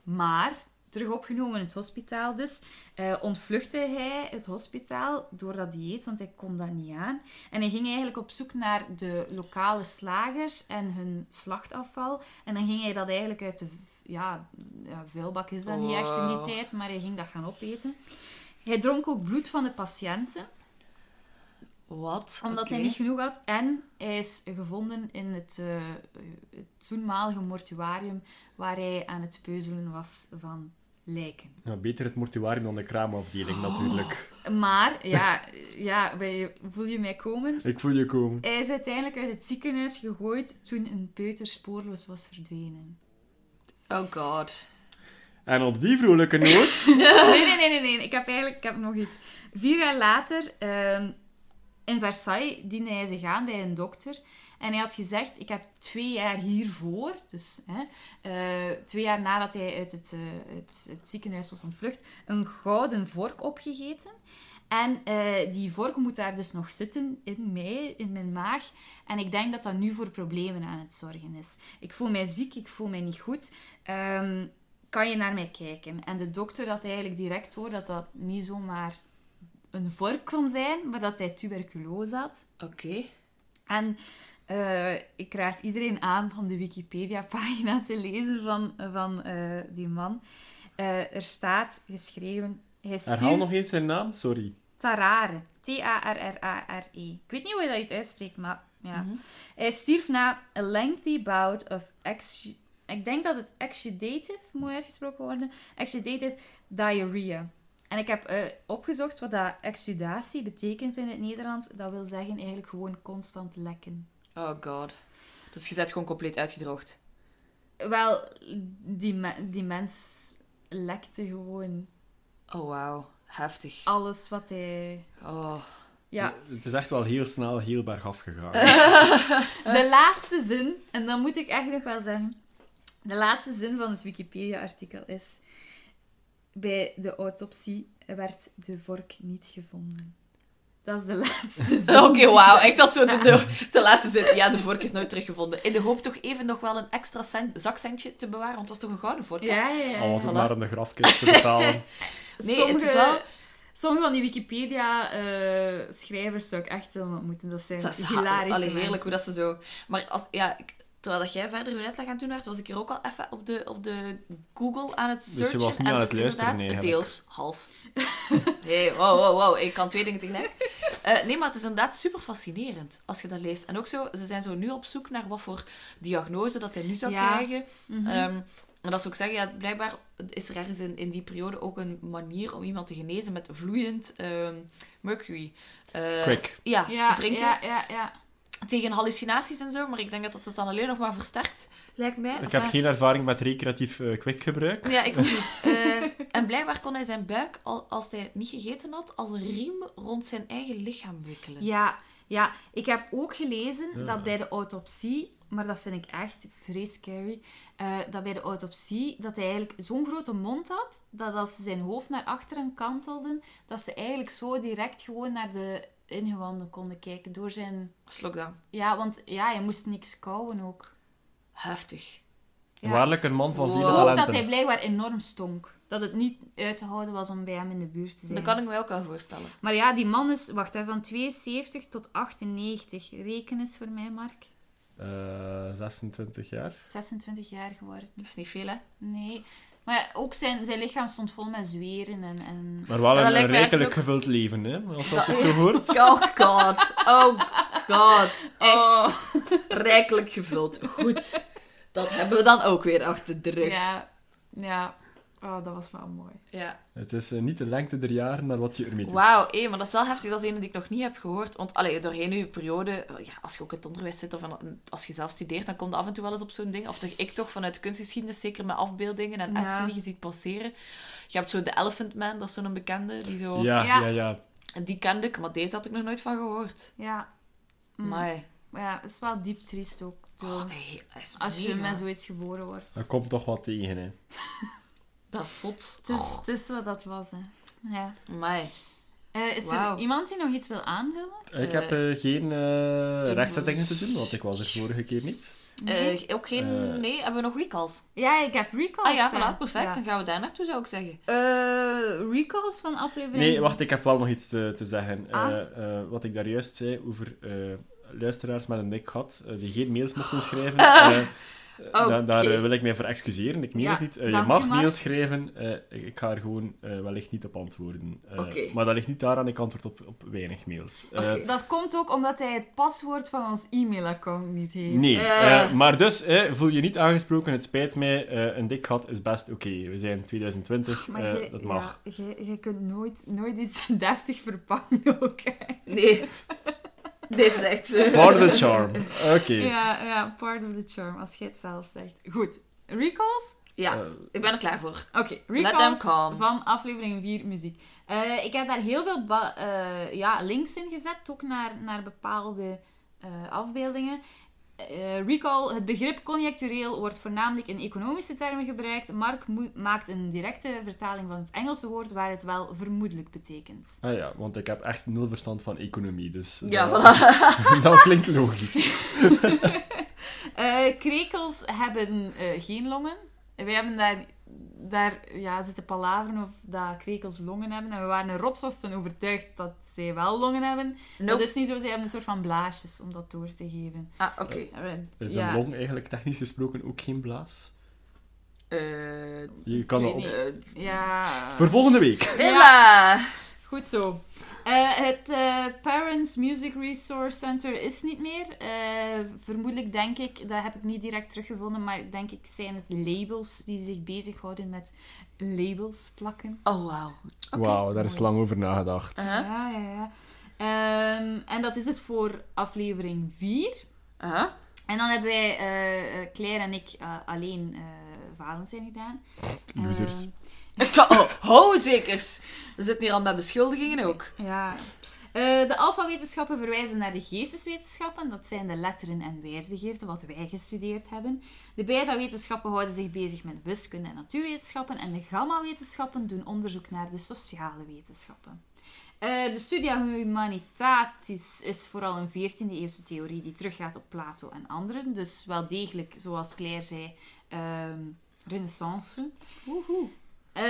S1: Maar, terug opgenomen in het hospitaal dus, eh, ontvluchtte hij het hospitaal door dat dieet, want hij kon dat niet aan. En hij ging eigenlijk op zoek naar de lokale slagers en hun slachtafval. En dan ging hij dat eigenlijk uit de... v- Ja, ja vuilbak is dat niet echt in die
S3: Wow.
S1: tijd, maar hij ging dat gaan opeten. Hij dronk ook bloed van de patiënten.
S3: Wat?
S1: Omdat
S3: Oké.
S1: hij niet genoeg had. En hij is gevonden in het, eh, het toenmalige mortuarium waar hij aan het peuzelen was van lijken.
S2: Ja, beter het mortuarium dan de kraamafdeling,
S3: Oh.
S2: natuurlijk.
S1: Maar, ja, (laughs) ja wij- voel je mij komen?
S2: Ik voel je komen.
S1: Hij is uiteindelijk uit het ziekenhuis gegooid toen een peuter spoorloos was verdwenen.
S3: Oh god.
S2: En op die
S3: (laughs)
S2: vrolijke noot...
S1: Nee, nee, nee, nee. nee. Ik heb eigenlijk ik heb nog iets. Vier jaar later, ehm, in Versailles, diende hij zich aan bij een dokter. En hij had gezegd, ik heb twee jaar hiervoor, dus hè, eh, twee jaar nadat hij uit het, eh, het, het ziekenhuis was ontvlucht, een gouden vork opgegeten. En eh, die vork moet daar dus nog zitten in mij, in mijn maag. En ik denk dat dat nu voor problemen aan het zorgen is. Ik voel mij ziek, ik voel mij niet goed. Ehm, kan je naar mij kijken? En de dokter had eigenlijk direct door dat dat niet zomaar een vork kon zijn, maar dat hij tuberculose had.
S3: Oké.
S1: En eh, ik raad iedereen aan van de Wikipedia-pagina te lezen van, van eh, die man. Eh, er staat geschreven... Hij
S2: Herhaal
S1: stierf
S2: nog eens zijn naam, sorry.
S1: Tarare. T-A-R-R-A-R-E. Ik weet niet hoe je dat uitspreekt, maar ja. Hij stierf na a lengthy bout of ex... Ik denk dat het exudative moet uitgesproken worden. Exudative diarrhea. En ik heb eh, opgezocht wat dat exudatie betekent in het Nederlands. Dat wil zeggen eigenlijk gewoon constant lekken.
S3: Oh god. Dus je bent gewoon compleet uitgedroogd.
S1: Wel, die, me- die mens lekte gewoon
S3: Oh wauw. Heftig.
S1: alles wat hij...
S3: Oh. (laughs)
S1: Ja,
S2: Het is echt wel heel snel heel bergaf gegaan.
S3: Eh,
S1: De laatste zin, en dat moet ik echt nog wel zeggen. De laatste zin van het Wikipedia-artikel is... Bij de autopsie werd de vork niet gevonden. Dat is de (laughs) laatste zin.
S3: (laughs) Oké, wauw. Echt dat zo de, de, de laatste zin. Ja, de vork is nooit teruggevonden. In de hoop toch even nog wel een extra cent, zakcentje te bewaren, want het was toch een gouden vork? hè?
S1: Ja, ja, ja.
S2: Al was het
S3: Voilà.
S2: maar om de grafkist te
S3: (laughs)
S2: betalen.
S3: Nee,
S1: sommige,
S3: het is wel...
S1: sommige van die Wikipedia-schrijvers zou ik echt willen ontmoeten. Dat zijn
S3: Dat is ha-
S1: hilarische
S3: allee, heerlijk
S1: mensen.
S3: hoe dat ze zo... Maar als, ja, ik- terwijl dat jij verder je uitleg aan het doen werd, was ik hier ook al even op de, op de Google aan het
S2: Dus je was
S3: searchen.
S2: niet
S3: en
S2: aan
S3: dat
S2: het
S3: is
S2: luisteren,
S3: inderdaad
S2: nee,
S3: Deels, half. (laughs) hey, wow, wow, wow. Ik kan twee dingen tegelijk. Eh, nee, maar het is inderdaad super fascinerend als je dat leest. En ook zo, ze zijn zo nu op zoek naar wat voor diagnose dat hij nu zou
S1: Ja. Mhm.
S3: krijgen. Ehm, en dat ze ook zeggen, ja, blijkbaar is er ergens in, in die periode ook een manier om iemand te genezen met vloeiend ehm, mercury. Eh,
S2: Quick.
S3: Ja,
S1: Ja,
S3: te drinken
S1: ja, ja, ja.
S3: tegen hallucinaties en zo, maar ik denk dat dat het dan alleen nog maar versterkt, lijkt mij.
S2: Ik heb
S3: Enfin,
S2: geen ervaring met recreatief eh, kwikgebruik.
S3: Ja, ik ook niet. Eh, en blijkbaar kon hij zijn buik, al- als hij het niet gegeten had, als een riem rond zijn eigen lichaam wikkelen.
S1: Ja, ja, ik heb ook gelezen
S2: Ja.
S1: dat bij de autopsie, maar dat vind ik echt vrees scary, eh, dat bij de autopsie dat hij eigenlijk zo'n grote mond had, dat als ze zijn hoofd naar achteren kantelden, dat ze eigenlijk zo direct gewoon naar de ingewanden konden kijken door zijn...
S3: Slokdown.
S1: Ja, want ja, hij moest niks kauwen ook.
S3: Heftig.
S1: Ja.
S2: Waarlijk een man van vele
S3: Wow.
S1: Ook
S2: talenten.
S1: dat hij blijkbaar enorm stonk. Dat het niet uit te houden was om bij hem in de buurt te zijn.
S3: Dat kan ik me ook wel voorstellen.
S1: Maar ja, die man is, wacht, hè, van 72 tot 98. Reken eens voor mij, Mark.
S2: Eh, 26 jaar.
S1: 26 jaar geworden.
S3: Dat is niet veel, hè?
S1: Nee. Maar ja, ook zijn, zijn lichaam stond vol met zweren en... en...
S2: Maar wel
S3: dat
S2: een,
S3: lijkt mij echt
S2: rijkelijk
S3: ook-
S2: gevuld leven, hè? Als, als je het zo hoort.
S3: (laughs) Oh god. Oh god. Echt
S1: Oh.
S3: rijkelijk gevuld. Goed. Dat hebben we dan ook weer achter de rug.
S1: Ja. Ja. Oh, dat was wel mooi.
S3: ja.
S2: Het is eh, niet de lengte der jaren, maar wat je ermee doet.
S3: Wauw, hé, maar dat is wel heftig. Dat is een die ik nog niet heb gehoord. Want allee, doorheen uw periode, eh, ja, als je ook in het onderwijs zit of aan- als je zelf studeert, dan kom je af en toe wel eens op zo'n ding. Of toch, ik toch vanuit kunstgeschiedenis, zeker met afbeeldingen en
S1: Ja.
S3: etsen die je ziet passeren. Je hebt zo de Elephant Man, dat is zo'n bekende. Die, zo,
S2: Ja,
S1: Ja.
S2: ja, ja.
S3: die kende ik, maar deze had ik nog nooit van gehoord.
S1: Ja. Mm. Oh,
S3: Maar
S1: Maar ja, het is wel diep triest ook. zo.
S3: Oh,
S1: Als je met zoiets geboren wordt.
S2: Dat komt toch wat tegen, hè?
S3: Dat is zot.
S1: Het is, het is wat dat was, hè. Ja.
S3: Amai.
S1: Eh, is
S3: Wauw.
S1: er iemand die nog iets wil aanvullen?
S2: Ik heb eh, geen eh
S3: doen
S2: rechtstreeks
S3: we-
S2: dingen te doen, want ik was er vorige keer niet.
S1: Nee.
S3: Eh, ook geen...
S2: Eh.
S3: Nee, hebben we nog recalls?
S1: ja, ik heb recalls.
S3: Ah ja,
S1: staan.
S3: voilà, perfect.
S1: Ja.
S3: Dan gaan we daar naartoe, zou ik zeggen.
S1: Eh, recalls van aflevering...
S2: Nee, wacht, ik heb wel nog iets te, te zeggen. Eh,
S1: Ah.
S2: eh, wat ik daar
S1: (laughs)
S2: juist zei over eh, luisteraars met een dik gat, eh, die geen mails mochten schrijven. eh,
S1: Oh, Oké.
S2: Da- daar eh, wil ik mij voor excuseren. Ik meen
S1: Ja,
S2: het niet. Eh, je
S1: dank u,
S2: mag
S1: Mark.
S2: mails schrijven. Eh, ik- ik ga er gewoon eh, wellicht niet op antwoorden. Eh,
S1: Oké.
S2: Maar dat ligt niet daaraan. Ik antwoord op, op weinig mails. Eh,
S3: Oké.
S1: Dat komt ook omdat hij het paswoord van ons e-mailaccount niet heeft.
S2: Nee,
S1: Eh.
S2: Eh, maar dus eh, voel je niet aangesproken, het spijt mij, eh, een dik gat is best oké. We zijn 2020,
S1: Maar
S2: eh,
S1: jij-
S2: dat mag.
S1: ja, jij- jij kunt nooit, nooit iets (laughs) deftig verpakken (laughs) ook. hè.
S3: Nee. Dit is echt zo.
S2: Part of the
S1: (laughs)
S2: charm. Oké.
S1: Ja, ja, part of the charm, als jij het zelf zegt. Goed, recalls?
S3: Ja,
S2: Eh,
S3: ik ben er klaar voor.
S1: Oké,
S3: them
S1: recalls
S3: come.
S1: van aflevering 4 muziek. Eh, ik heb daar heel veel ba- eh, ja, links in gezet, ook naar, naar bepaalde eh, afbeeldingen. Eh, recall, het begrip conjectureel wordt voornamelijk in economische termen gebruikt. Mark moe- maakt een directe vertaling van het Engelse woord waar het wel vermoedelijk betekent.
S2: Ah ja, want ik heb echt nul verstand van economie, dus
S3: Ja,
S2: dat,
S3: (laughs)
S2: (laughs)
S3: voilà.
S2: dat klinkt
S3: (laughs)
S2: logisch.
S1: Eh, krekels hebben eh, geen longen. En Wij hebben daar, daar ja, zitten palaveren of dat krekels longen hebben. En we waren er rotsvasten overtuigd dat zij wel longen hebben.
S3: Nope.
S1: Dat is niet zo, zij hebben een soort van blaasjes om dat door te geven.
S3: Ah, oké.
S1: En we-
S2: Is
S1: ja.
S2: een long eigenlijk technisch gesproken ook geen blaas?
S3: Eh,
S2: Je kan
S1: Ik
S2: dat
S1: weet
S2: op...
S1: niet.
S3: eh,
S1: Ja.
S2: Voor volgende week.
S3: Hela!
S1: Goed zo. Eh, het eh, Parents Music Resource Center is niet meer. Eh, vermoedelijk denk ik, dat heb ik niet direct teruggevonden, maar denk ik zijn het labels die zich bezighouden met labels plakken.
S3: Oh, wauw. Oké.
S2: Wauw, daar is lang over nagedacht.
S1: Ja,
S3: Aha,
S1: ja, ja. Ehm, en dat is het voor aflevering 4.
S3: aha.
S1: En dan hebben wij, eh, eh, Claire en ik, eh, alleen eh Valentijn gedaan. Ehm,
S2: Losers.
S3: Ik kan- Oh, hou zekers! We zitten hier al met beschuldigingen ook.
S1: Ehm, ja. Eh, de alfawetenschappen verwijzen naar de geesteswetenschappen. Dat zijn de letteren en wijsbegeerten, wat wij gestudeerd hebben. De beta-wetenschappen houden zich bezig met wiskunde en natuurwetenschappen. En de gamma-wetenschappen doen onderzoek naar de sociale wetenschappen. Eh, de Studia Humanitatis is vooral een 14e-eeuwse theorie die teruggaat op Plato en anderen. Dus wel degelijk, zoals Claire zei, ehm, renaissance. Eh,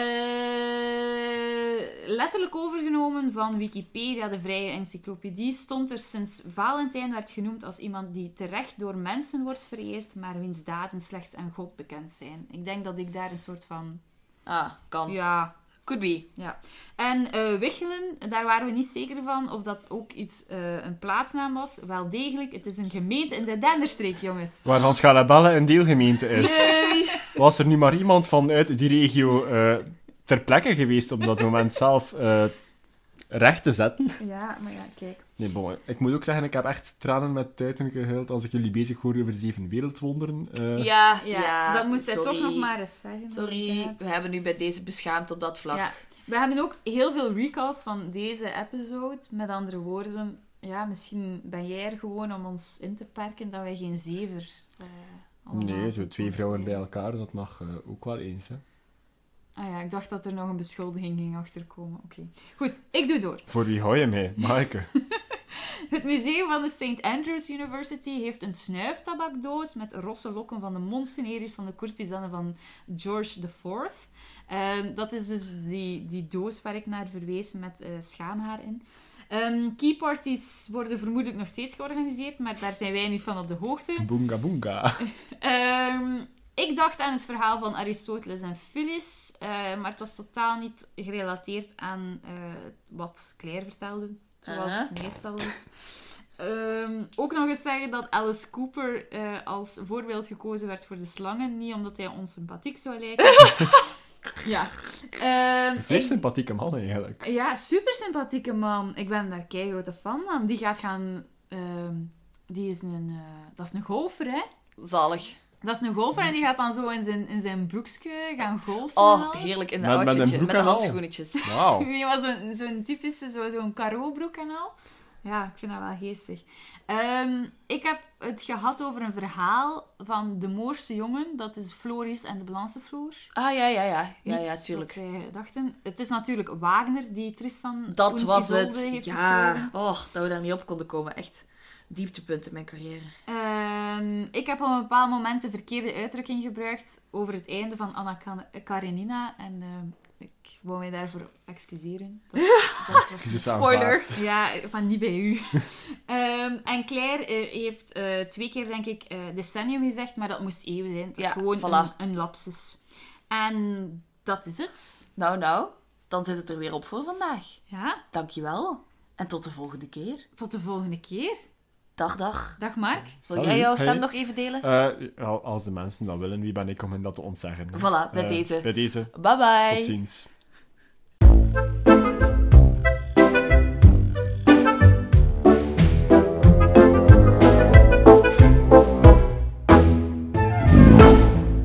S1: letterlijk overgenomen van Wikipedia, de vrije encyclopedie, stond er sinds Valentijn werd genoemd als iemand die terecht door mensen wordt vereerd, maar wiens daden slechts aan God bekend zijn. Ik denk dat ik daar een soort van...
S3: Ah, kan.
S1: Ja,
S3: Could be.
S1: ja. En eh Wichelen, daar waren we niet zeker van of dat ook iets, eh, een plaatsnaam was. Wel degelijk, het is een gemeente in de Denderstreek, jongens.
S2: Waarvan Schalabelle een deelgemeente is.
S1: Yay!
S2: Was er nu maar iemand vanuit die regio eh, ter plekke geweest op dat
S1: (laughs)
S2: moment zelf eh, recht te zetten?
S1: Ja, maar ja, kijk.
S2: Nee, bon, ik moet ook zeggen, ik heb echt tranen met tuiten gehuild als ik jullie bezig hoorde over zeven wereldwonderen. Eh,
S3: Ja,
S1: Ja,
S3: ja.
S1: dat moest hij
S3: sorry.
S1: toch nog maar eens zeggen.
S3: Sorry, we
S1: inderdaad.
S3: hebben u bij deze beschaamd op dat vlak.
S1: Ja. We hebben ook heel veel recalls van deze episode. Met andere woorden, ja, misschien ben jij er gewoon om ons in te perken dat wij geen zever... eh, allemaal
S2: Nee, zo
S1: tot
S2: twee
S1: ons
S2: vrouwen bij
S1: brengen.
S2: elkaar, dat mag eh, ook wel eens. Hè.
S1: Ah ja, ik dacht dat er nog een beschuldiging ging achterkomen. Oké. Goed, ik doe door.
S2: Voor wie hou je
S3: (laughs)
S2: mij, Maaike?
S1: Het museum van de St. Andrews University heeft een snuiftabakdoos met rosse lokken van de monsteneries van de courtisanen van George IV. Ehm, dat is dus die, die doos waar ik naar verwees met eh, schaamhaar in. Ehm keyparties worden vermoedelijk nog steeds georganiseerd, maar daar zijn wij niet van op de hoogte.
S2: Boonga
S3: (laughs)
S2: boonga.
S1: Ehm, ik dacht aan het verhaal van Aristoteles en Phyllis, eh, maar het was totaal niet gerelateerd aan eh, wat Claire vertelde, zoals
S3: Aha.
S1: meestal is. Ehm, ook nog eens zeggen dat Alice Cooper eh, als voorbeeld gekozen werd voor de slangen, niet omdat hij ons sympathiek zou lijken. ja. Ehm,
S2: Zeer
S1: ik-
S2: sympathieke man eigenlijk.
S1: ja, super sympathieke man. Ik ben daar kei grote fan van. Die gaat gaan. ehm, die is een. eh, dat is een golfer, hè?
S3: Zalig.
S1: Dat is een golfer en die gaat dan zo in zijn, in zijn broekje gaan golfen. en
S3: Oh,
S1: alles.
S3: heerlijk
S1: (laughs)
S3: in de
S2: Met- met een
S3: outfitje. Met,
S2: broek
S3: de
S2: en al.
S3: handschoenetjes. (laughs)
S2: Wauw.
S1: Nee, maar zo'n zo'n typische, zo- zo'n carobroek en al. Ja, ik vind dat wel geestig. Ehm, ik heb het gehad over een verhaal van de Moorse jongen. Dat is Floris en de Balancevloer.
S3: Ah, ja, ja, ja. Ja,
S1: Niet
S3: ja, tuurlijk.
S1: Wat eh, wij dachten. Het is natuurlijk Wagner die Tristan
S3: Dat
S1: und
S3: was
S1: Isolde
S3: het.
S1: heeft
S3: Ja.
S1: geschreven.
S3: Oh, dat we daar niet op konden komen. Echt dieptepunt in mijn carrière.
S1: Ehm, ik heb op een bepaald moment de verkeerde uitdrukking gebruikt over het einde van Anna Kan- Karenina. En ehm, ik wou mij daarvoor excuseren. Dat, Dat was
S2: Excuses
S3: Spoiler.
S2: aanvaard.
S1: Ja, van niet bij
S3: (laughs)
S1: u. Ehm, en Claire eh, heeft eh, twee keer, denk ik, eh, decennium gezegd, maar dat moest eeuwen zijn. Het is
S3: Ja,
S1: gewoon
S3: voilà.
S1: een, een lapsus. En dat is het.
S3: Nou, nou, dan zit het er weer op voor vandaag.
S1: Ja,
S3: Dankjewel. En tot de volgende keer.
S1: tot de volgende keer.
S3: Dag, dag.
S1: Dag Mark.
S3: Wil
S2: Salut.
S3: jij jouw stem
S2: Hey.
S3: nog even delen?
S2: Eh, ja, als de mensen dat willen, wie ben ik om hen dat te ontzeggen?
S3: Voilà, bij
S2: Eh,
S3: deze.
S2: Bij deze.
S3: Bye bye.
S2: Tot ziens.